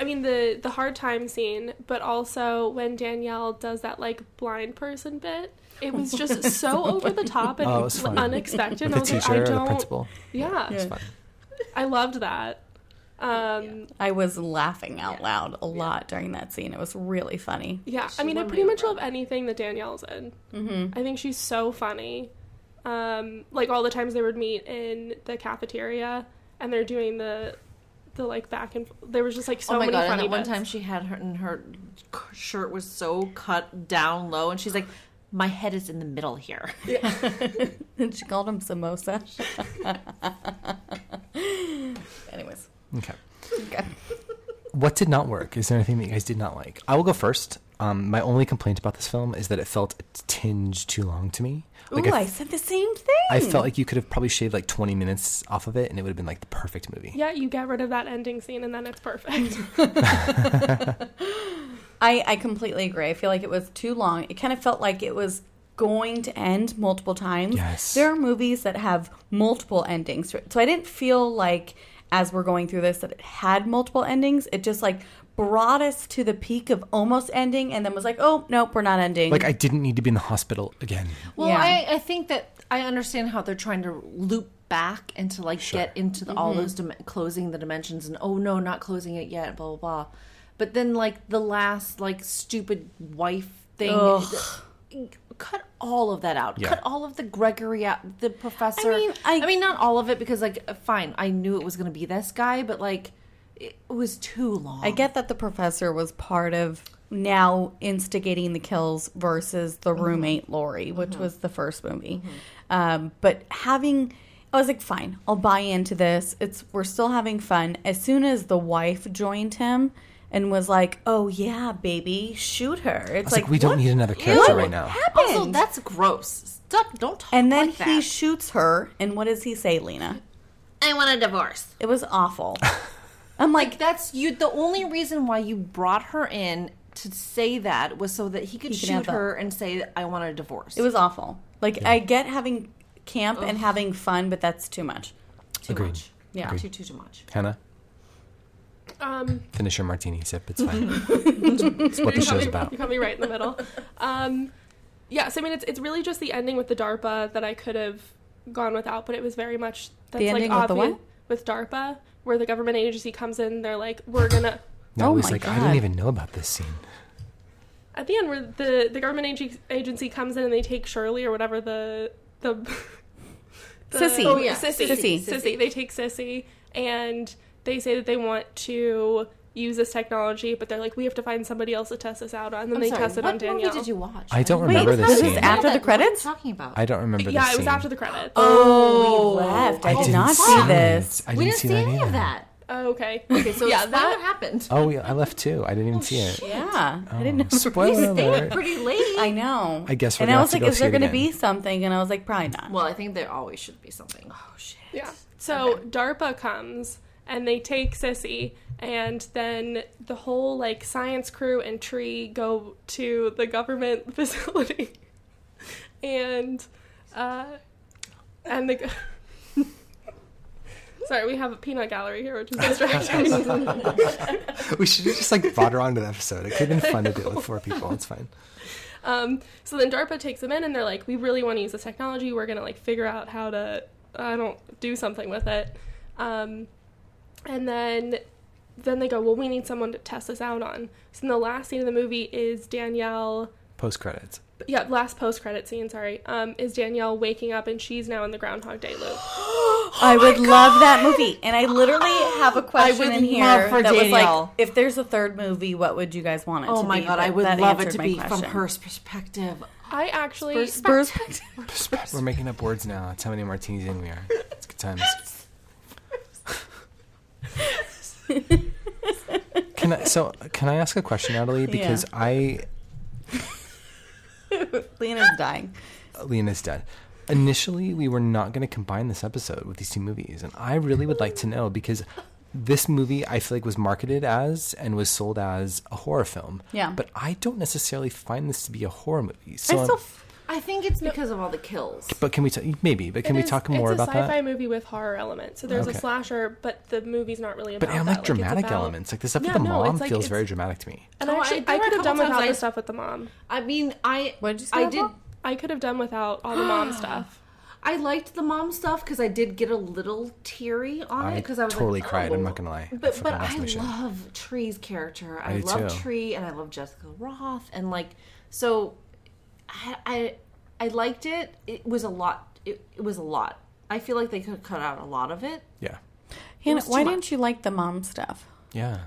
I mean the the hard time scene, but also when Danielle does that like blind person bit, it was <laughs> just so over the top and Oh, it was fun. unexpected. With and the I was teacher like, I or the don't. principal. Yeah, Yeah. Fun. I loved that. Um, I was laughing out loud a lot during that scene. It was really funny. yeah, I mean, I pretty much love anything that Danielle's in. Mm-hmm. I think she's so funny. Um, like all the times they would meet in the cafeteria, and they're doing the the like back and there was just like so oh my many god! And funny that one bits. time she had her and her c- shirt was so cut down low, and she's like, "My head is in the middle here." And <laughs> she called him samosa. <laughs> Anyways, Okay. okay. What did not work? Is there anything that you guys did not like? I will go first. Um, my only complaint about this film is that it felt a tinge too long to me. Like Ooh, I, I, f- said the same thing. I felt like you could have probably shaved like 20 minutes off of it, and it would have been like the perfect movie. Yeah, you get rid of that ending scene and then it's <laughs> perfect. I, I completely agree. I feel like it was too long. It kind of felt like it was going to end multiple times. Yes. There are movies that have multiple endings. to it. So I didn't feel like as we're going through this that it had multiple endings. It just like brought us to the peak of almost ending and then was like, oh, nope, we're not ending. Like I didn't need to be in the hospital again. Well, Yeah. I, I think that I understand how they're trying to loop back and to like get into the, Mm-hmm. all those dim- closing the dimensions and oh no, not closing it yet, blah blah blah. But then like the last like stupid wife thing. th- Cut all of that out. Yeah. Cut all of the Gregory out, the professor. I mean, I- mean, not all of it because, like, uh, fine, I knew it was going to be this guy, but like, it was too long. I get that the professor was part of now instigating the kills versus Mm-hmm. the roommate Lori, which was the first movie. Um, but having, I was like, fine, I'll buy into this. It's we're still having fun. As soon as the wife joined him and was like, "Oh yeah, baby, shoot her," it's It's like, we don't what need another character ew, right now. Happened? Also, that's gross. Stop. Don't talk. and then like he that. shoots her, and what does he say, Lena? I want a divorce. It was <laughs> awful. I'm like, Like that's you. The only reason why you brought her in to say that was so that he could He can have shoot the- her and say, "I want a divorce." It was awful. Like I get having camp and having fun, but that's too much. too Agreed. much. Yeah. Too too too much. Hannah, Um, finish your martini sip. It's fine. it's what the you caught show's me- about. You caught me right in the middle. Um, yes, I mean it's it's really just the ending with the DARPA that I could have gone without, but it was very much that's The like ending with the obvious what? with DARPA, where the government agency comes in, they're like, we're gonna. No, Oh it was my like I God. didn't even know about this scene. At the end, where the the government agen- agency comes in and they take Shirley or whatever the the. <laughs> the- Sissy. oh, Oh, yeah. sissy, Sissy. sissy, sissy. They take sissy and they say that they want to use this technology, but they're like, we have to find somebody else to test this out on. And then I'm they sorry, test it what on Danielle. movie did you watch? I don't Wait, remember it's not- this this is scene. after the that- what are you credits? talking about. I don't remember. yeah, this it was scene. after the credits. Oh, we left. I did didn't not see see it. this. I we didn't see, any either. of that. Oh, okay. Okay, so yeah, explain what that happened. Oh, yeah, I left too. I didn't even see it. Yeah, I didn't <laughs> know. Spoiler Stayed alert. pretty late. Oh. I know. I guess we're and I gonna was have to like, go is see there it going to again. be something? And I was like, <gasps> probably not. well, I think there always should be something. Oh, yeah. So DARPA comes and they take Sissy, and then the whole like science crew and tree go to the government <laughs> facility, and uh, and the. <laughs> Sorry, we have a peanut gallery here, which is distracting. We should have just like brought her onto the episode. It could have been fun to do it with four people. It's fine. Um, so then DARPA takes them in and they're like, we really want to use this technology. We're going to like figure out how to, I don't do something with it. Um, and then, then they go, well, we need someone to test this out on. So then the last scene of the movie is Danielle, Post credits. yeah, last post credit scene, sorry, um, is Danielle waking up and she's now in the Groundhog Day loop. I would love that movie. And I literally have a question would in here love for that was like, Danielle. if there's a third movie, what would you guys want it Oh to my be? god, That- I would that love it answered to my be question. from <laughs> her perspective. I actually, Spurs- We're making up words now. That's how many martinis in we are. It's good times. can I, so can I ask a question, Natalie? Because I <laughs> Lena's dying. Lena's dead. Initially, we were not going to combine this episode with these two movies, and I really would like to know because this movie I feel like was marketed as and was sold as a horror film. Yeah. but I don't necessarily find this to be a horror movie. So, I I'm- still f- I think it's because of all the kills. but can we talk? Maybe, but can it we is- talk more it's about a sci-fi that? movie with horror elements. So there's Okay. a slasher, but the movie's not really about But and that. like it's dramatic about- elements, like the stuff Yeah, with the no, it's mom like- feels it's- very dramatic to me. And Oh, I- actually, there I, were a could have done couple times without I- the stuff with the mom. I mean, I What did you say I about did. that? I could have done without all the <gasps> mom stuff. I liked the mom stuff because I did get a little teary on I it because I was like, totally cried, I'm "Oh." not gonna lie. I But fucking but lost I my shit. love Tree's character. I, I do love too. Tree and I love Jessica Roth and like so. I I, I liked it. It was a lot. It, it was a lot. I feel like they could have cut out a lot of it. Yeah, Hannah, was too why much. didn't you like the mom stuff? yeah.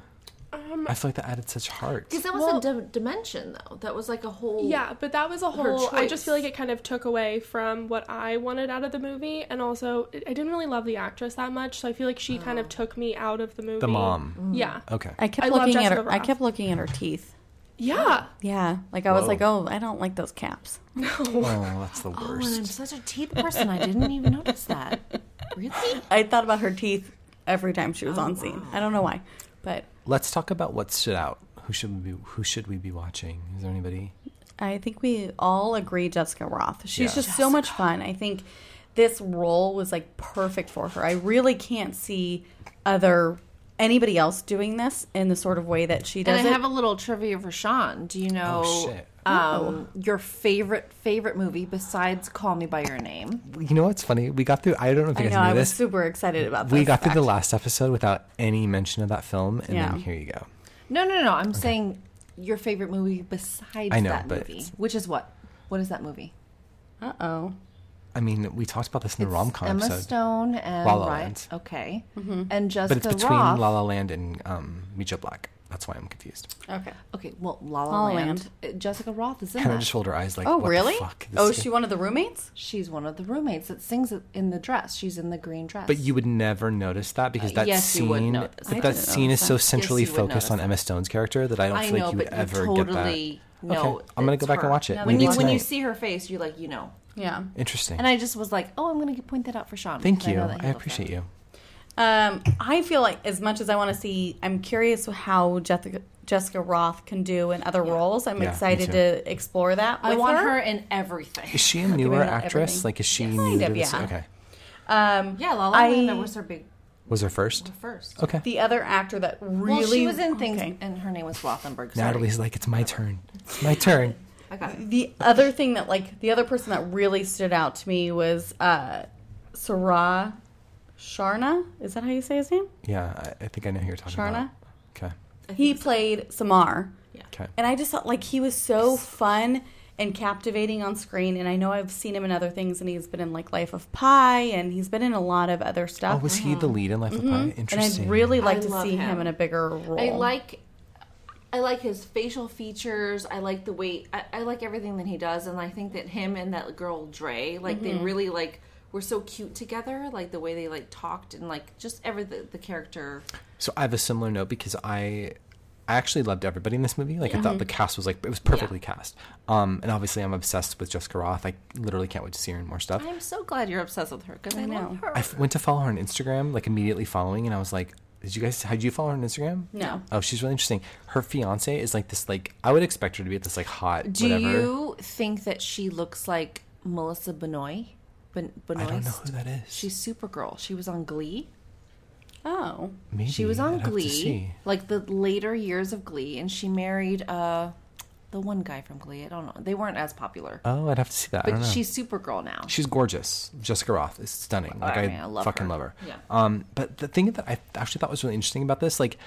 Um, I feel like that added such heart. Because that was a di- dimension, though. That was like a whole. Yeah, but that was a Her whole. I just feel choice. like it kind of took away from what I wanted out of the movie, and also I I didn't really love the actress that much, so I feel like she Oh. kind of took me out of the movie. The Mm. mom. Yeah. Okay. I kept I love looking at Jessica her. I Roth. kept looking at her teeth. Yeah. Yeah, like I was Whoa. like, oh, I don't like those caps. Oh, that's the Oh, and I'm worst. such a teeth person. I didn't even notice that. <laughs> Really? I thought about her teeth every time she was on scene. I don't know why, but Let's talk about what stood out. Who should we be, who should we be watching? Is there anybody? I think we all agree Jessica Roth. She's Yeah. just so much fun. I think this role was like perfect for her. I really can't see other anybody else doing this in the sort of way that she And does I it. have a little trivia for Sean. Do you know Oh, shit. Um, your favorite favorite movie besides Call Me by Your Name? You know what's funny? We got through. I don't know if I you guys know. I knew was this. super excited about this. we got fact. through the last episode without any mention of that film, and Yeah. then here you go. No, no, no. I'm saying your favorite movie besides I know, that but movie, it's- which is what? What is that movie? Uh oh. I mean, we talked about this in the rom com Emma episode, Stone and La La Ryan- Land. Okay, Mm-hmm. and but it's Jessica between Roth. La La Land and um, Meet Joe Black. That's why I'm confused. Okay. okay, well, La La, La La Land. Uh, Jessica Roth is in Hannah that. just rolled her eyes like, Oh what the really? fuck? This Oh, is- she one of the roommates. She's one of the roommates that sings in the dress. She's in the green dress. But you would never notice that because Uh, that yes, you would scene, notice. but I that didn't scene notice is so that. centrally Yes, you would focused on notice Emma Stone's character that I don't I feel know, like you would but ever you get that. totally know. Okay, I'm gonna it's go back and her. watch it. Now, Maybe when you when tonight. you see her face, you're like, you know. Yeah. Interesting. And I just was like, oh, I'm going to point that out for Sean. Thank because you. know that he I, loves appreciate that. you. Um, I feel like as much as I want to see, I'm curious how Jessica Jessica Roth can do in other roles. I'm Yeah, me excited too. to explore that. I with want her in everything. Is she a newer not actress? everything. Like, is she new Kind to of, this? yeah. Okay. Um, <laughs> Yeah, La La I- Land was her big Was her first? first. Okay. the other actor that really Well, she was in things, Okay. and her name was Rothenberg. Sorry. Natalie's like, it's my turn. It's my turn. I got it. The other thing that like the other person that really stood out to me was uh, Sarah Sharna. Is that how you say his name? <laughs> Yeah, I, I think I know who you're talking Sharna? about. Okay. He played Samar. Okay. And I just thought like he was so fun and captivating on screen. And I know I've seen him in other things, and he's been in like Life of Pi, and he's been in a lot of other Oh, stuff. was he the lead in Life of Pi? Mm-hmm. and Interesting. I'd really like I to love see him. him. in a bigger role. I like, I like his facial features. I like the way I, I like everything that he does, and I think that him and that girl Dre, like Mm-hmm. they really like were so cute together. Like the way they like talked and like just every the, the character. So I have a similar note because I I actually loved everybody in this movie. Like Mm-hmm. I thought the cast was like it was perfectly cast. Um and obviously I'm obsessed with Jessica Roth. I literally can't wait to see her in more stuff. I'm so glad you're obsessed with her because I, know. love her. I f- went to follow her on Instagram like immediately following and I was like, "Did you guys how did you follow her on Instagram?" No. Oh, she's really interesting. Her fiance is like this like I would expect her to be this like hot Do whatever. you think that she looks like Melissa Benoist? Ben- I Benoist? don't know who that is. She's Supergirl. She was on Glee. oh, Maybe. She was on I'd have to Glee, see. like the later years of Glee, and she married uh the one guy from Glee. I don't know. They weren't as popular, Oh, I'd have to see that. I don't but know. she's Supergirl now. She's gorgeous. Jessica Roth is stunning. Like I, I mean, I love fucking her. love her. Yeah. Um, but the thing that I actually thought was really interesting about this, like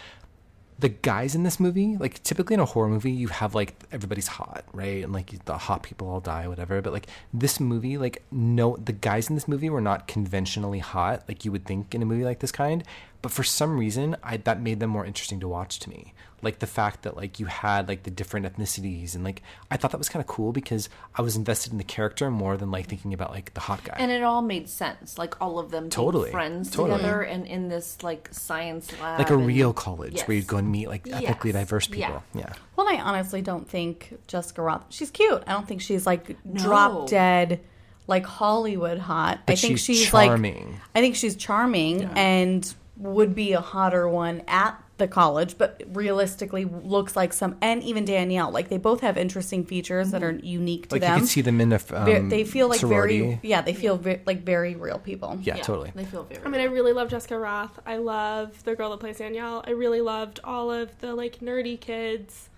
the guys in this movie, like typically in a horror movie, you have like everybody's hot, right? And like the hot people all die, whatever. But like this movie, like no, the guys in this movie were not conventionally hot, like you would think in a movie like this kind. But for some reason, I that made them more interesting to watch to me. Like the fact that like you had like the different ethnicities and like I thought that was kind of cool because I was invested in the character more than like thinking about like the hot guy. and it all made sense, like all of them being Totally. friends Totally. together, and in this like science lab, like a and- real college Um, Yes. where you'd go and meet like ethnically Yes. diverse Yeah. people. Yeah. well, I honestly don't think Jessica Roth. She's cute. I don't think she's like No. drop dead, like Hollywood hot. I But think she's she's, charming. like I think she's charming and would be a hotter one at the college, but realistically looks like some. And even Danielle, like they both have interesting features that are unique to Like them. you could see them in the f- Ve- um, they feel like sorority. very yeah. They feel ve- like very real people. yeah, Yeah, totally. They feel very. I mean, I really love Jessica Roth. I love the girl that plays Danielle. I really loved all of the like nerdy kids.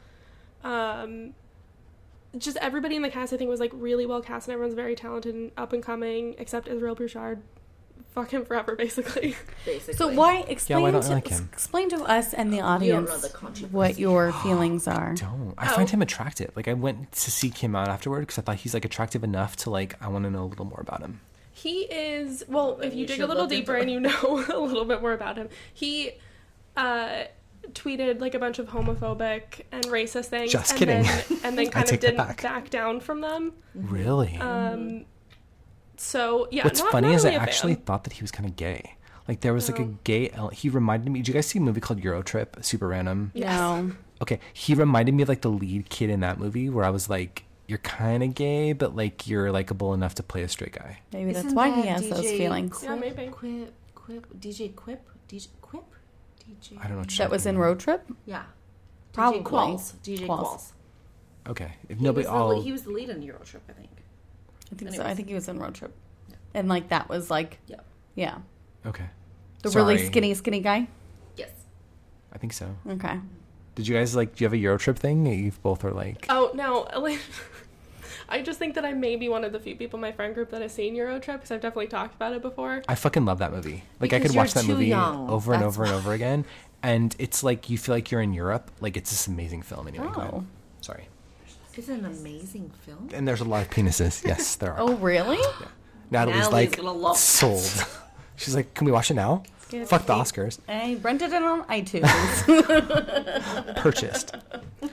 Um, just everybody in the cast, I think, was like really well cast, and everyone's very talented and up and coming, except Israel Bouchard. Fuck him forever, basically. basically. So why explain don't to, I like him? explain to us and the don't know audience the controversy. <gasps> what your feelings are? Don't. I find him attractive. Like I went to seek him out afterward because I thought he's like attractive enough to like I want to know a little more about him. He is well. If you, dig a should little look into deeper and you <laughs> know a little bit more about him, he uh, tweeted like a bunch of homophobic and racist things. Just and kidding. Then, <laughs> and then kind take that of didn't back. back. down from them. Really. Mm-hmm. Um, so yeah. What's not, funny not is I really a fan. actually thought that he was kind of gay. Like there was like a gay. ele- He reminded me. Did you guys see a movie called Euro Trip? Super random. No. Okay, he reminded me of like the lead kid in that movie where I was like, "You're kind of gay, but like you're likable enough to play a straight guy." Maybe that's Isn't why he that has those DJ feelings. Quip, Yeah, maybe. Quip, Quip, DJ Quip, DJ Quip, DJ. I don't know. What you're That was talking in Road Trip? Yeah. Probably. DJ Qualls. DJ Qualls. Qualls. about. Okay, if He was nobody the all lead- he was the lead on Eurotrip, I think. I think so. I think he was in Road Trip. and like that was like Yep. yeah, Okay. the really Sorry. skinny skinny guy. Yes. I think so. Okay, Did you guys like? Do you have a Euro trip thing? You both are like. Oh no, <laughs> Elena. I just think that I may be one of the few people in my friend group that has seen Euro Trip because I've definitely talked about it before. I fucking love that movie. Like I Because could you're watch that too movie young, over and that's over and over again, and it's like you feel like you're in Europe. Like it's this amazing film. Anyway, go Oh. ahead. sorry. It's an amazing film. And there's a lot of penises. Yes, there are. oh really? Natalie's, Natalie's like gonna love that. sold. <laughs> She's like, can we watch it now? Fuck the Oscars. I rented it on <laughs> iTunes. Purchased.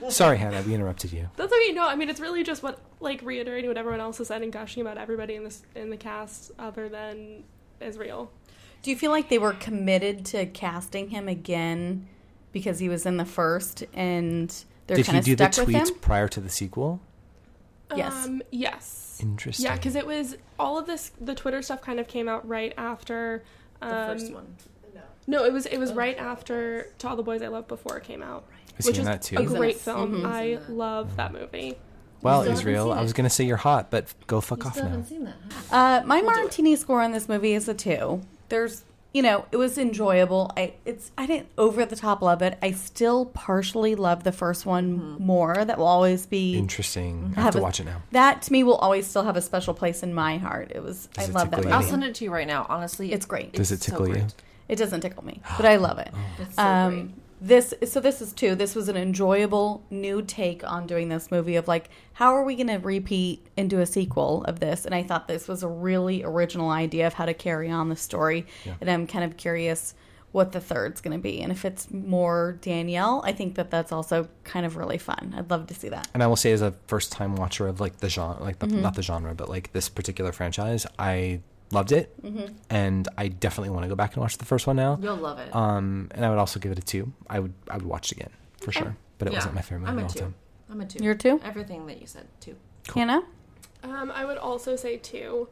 sorry, Hannah, we interrupted you. That's okay. No, I mean it's really just what like reiterating what everyone else has said and gushing about everybody in this in the cast other than Israel. Do you feel like they were committed to casting him again because he was in the first, and they're Did kind he of do the stuck with tweets him? prior to the sequel? Yes. Um, yes. Interesting. Yeah, because it was all of this. The Twitter stuff kind of came out right after um, The first one. Oh. No, it was it was right after "To All the Boys I Loved Before" came out, Was which he in is that too? a He's in great it. film. Mm-hmm. I love that movie. still Well, haven't Israel, seen I was it. gonna say you're hot, but go fuck You off still now. haven't seen that. huh? Uh, my martini score on this movie is a two. There's, you know, it was enjoyable. I it's I didn't over the top love it. I still partially love the first one more. That will always be Interesting. I have to a- watch it now. That to me will always still have a special place in my heart. It was Does I it love that tickle movie. you? I'll send it to you right now. Honestly, It's great. Does it it's so tickle you? great. It doesn't tickle me, but <gasps> I Oh. love it. It's so great. Um, This so this is two. This was an enjoyable new take on doing this movie of like how are we going to repeat and do a sequel of this? And I thought this was a really original idea of how to carry on the story. And I'm kind of curious what the third's going to be and if it's more Danielle, I think that that's also kind of really fun. I'd love to see that. and I will say, as a first-time watcher of like the genre, like the, not the genre, but like this particular franchise, I loved it, Mm-hmm. and I definitely want to go back and watch the first one now. You'll love it. Um, and I would also give it a two. I would, I would watch it again for sure. But it Yeah. wasn't my favorite I'm movie a of all two. time. I'm a two. You're a two? Everything that you said, two. Hannah? Um, I would also say too.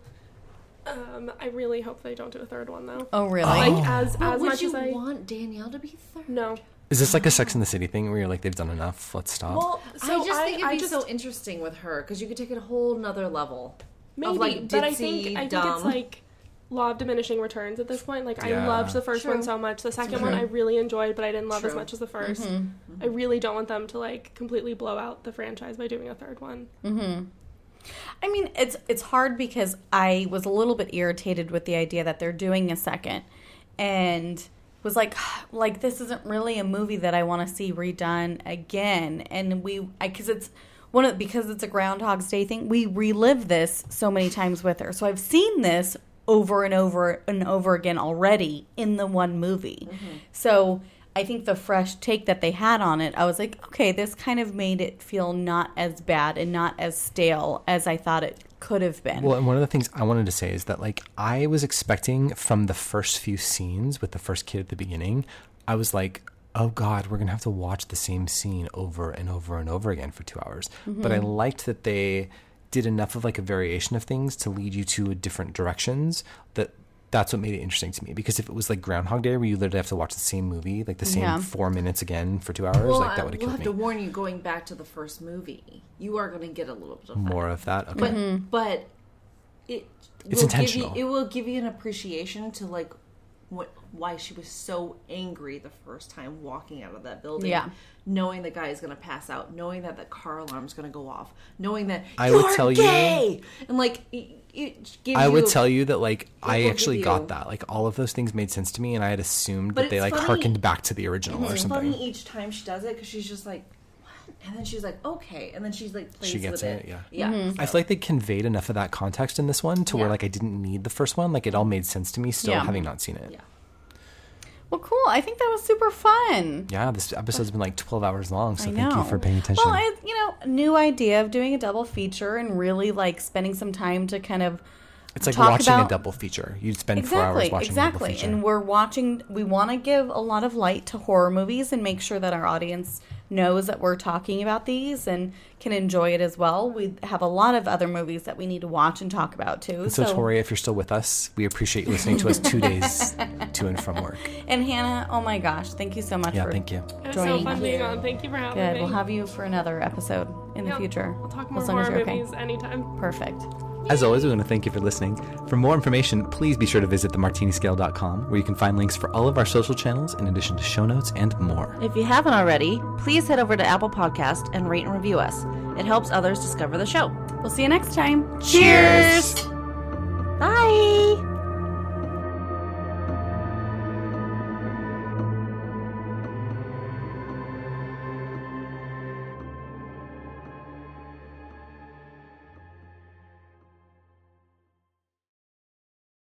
Um, I really hope they don't do a third one though. Oh really? Like as But as would much you as I want Danielle to be third? no. Is this like a <laughs> Sex in the City thing where you're like, they've done enough, let's stop? Well, so I just think it'd I be just so interesting with her because you could take it a whole nother level. maybe, of like but I ditzy, think I think dumb. it's like law of diminishing returns at this point. Like Yeah. I loved the first True. one so much. The second one I really enjoyed, but I didn't love as True. much as the 1st Mm-hmm. I really don't want them to like completely blow out the franchise by doing a third one. I mean, it's it's hard because I was a little bit irritated with the idea that they're doing a second, and was like, <sighs> like this isn't really a movie that I want to see redone again. And we, because it's one of because it's a Groundhog's Day thing, we relive this so many times with her. So I've seen this over and over and over again already in the one movie. So I think the fresh take that they had on it, I was like, okay, this kind of made it feel not as bad and not as stale as I thought it could have been. Well, and one of the things I wanted to say is that like I was expecting from the first few scenes with the first kid at the beginning, I was like, oh god, we're gonna have to watch the same scene over and over and over again for two hours. But I Mm-hmm. liked that they did enough of like a variation of things to lead you to different directions that that's what made it interesting to me because if it was like Groundhog Day where you literally have to watch the same movie like the same Yeah. four minutes again for two hours like that would I- we'll have killed have me to warn you going back to the first movie. You are going to get a little bit of that. more of that okay But but it It's will intentional. Give you, it will give you an appreciation to like what why she was so angry the first time walking out of that building. Yeah. knowing the guy is going to pass out, knowing that the car alarm's going to go off, knowing that I You're would tell you- gay! and like it, it gives I would you- tell you that like I will give actually you- got that. Like all of those things made sense to me, and I had assumed that But they it's like funny- harkened back to the original or It's something. funny each time she does it because she's just like, what? And then she's like, okay. And then she's like, plays She gets with it, it. yeah. Yeah. I feel like they conveyed enough of that context in this one to where Yeah. like I didn't need the first one. Like it all made sense to me, still Yeah. having not seen it. Yeah. Yeah. Well, cool. I think that was super fun. this episode's been like twelve hours long, so I thank you know. for paying attention. Well, I, you know, new idea of doing a double feature and really like spending some time to kind of it's like talk watching about- a double feature. You'd spend four exactly, hours watching a double exactly. feature. And we're watching. We want to give a lot of light to horror movies and make sure that our audience knows that we're talking about these and can enjoy it as well. We have a lot of other movies that we need to watch and talk about too. so, Tori, if you're still with us, we appreciate you listening to us two days to and from work. and Hannah, oh my gosh, thank you so much. Yeah, for thank you. It was Joining so fun you. being on. Thank you for having Good. me. We'll have you for another episode in the Yeah, future. We'll talk more as long as horror you're okay. movies anytime. Perfect. As always, we want to thank you for listening. For more information, please be sure to visit themartiniscale.com, where you can find links for all of our social channels, in addition to show notes and more. If you haven't already, please head over to Apple Podcast and rate and review us. It helps others discover the show. We'll see you next time. Cheers!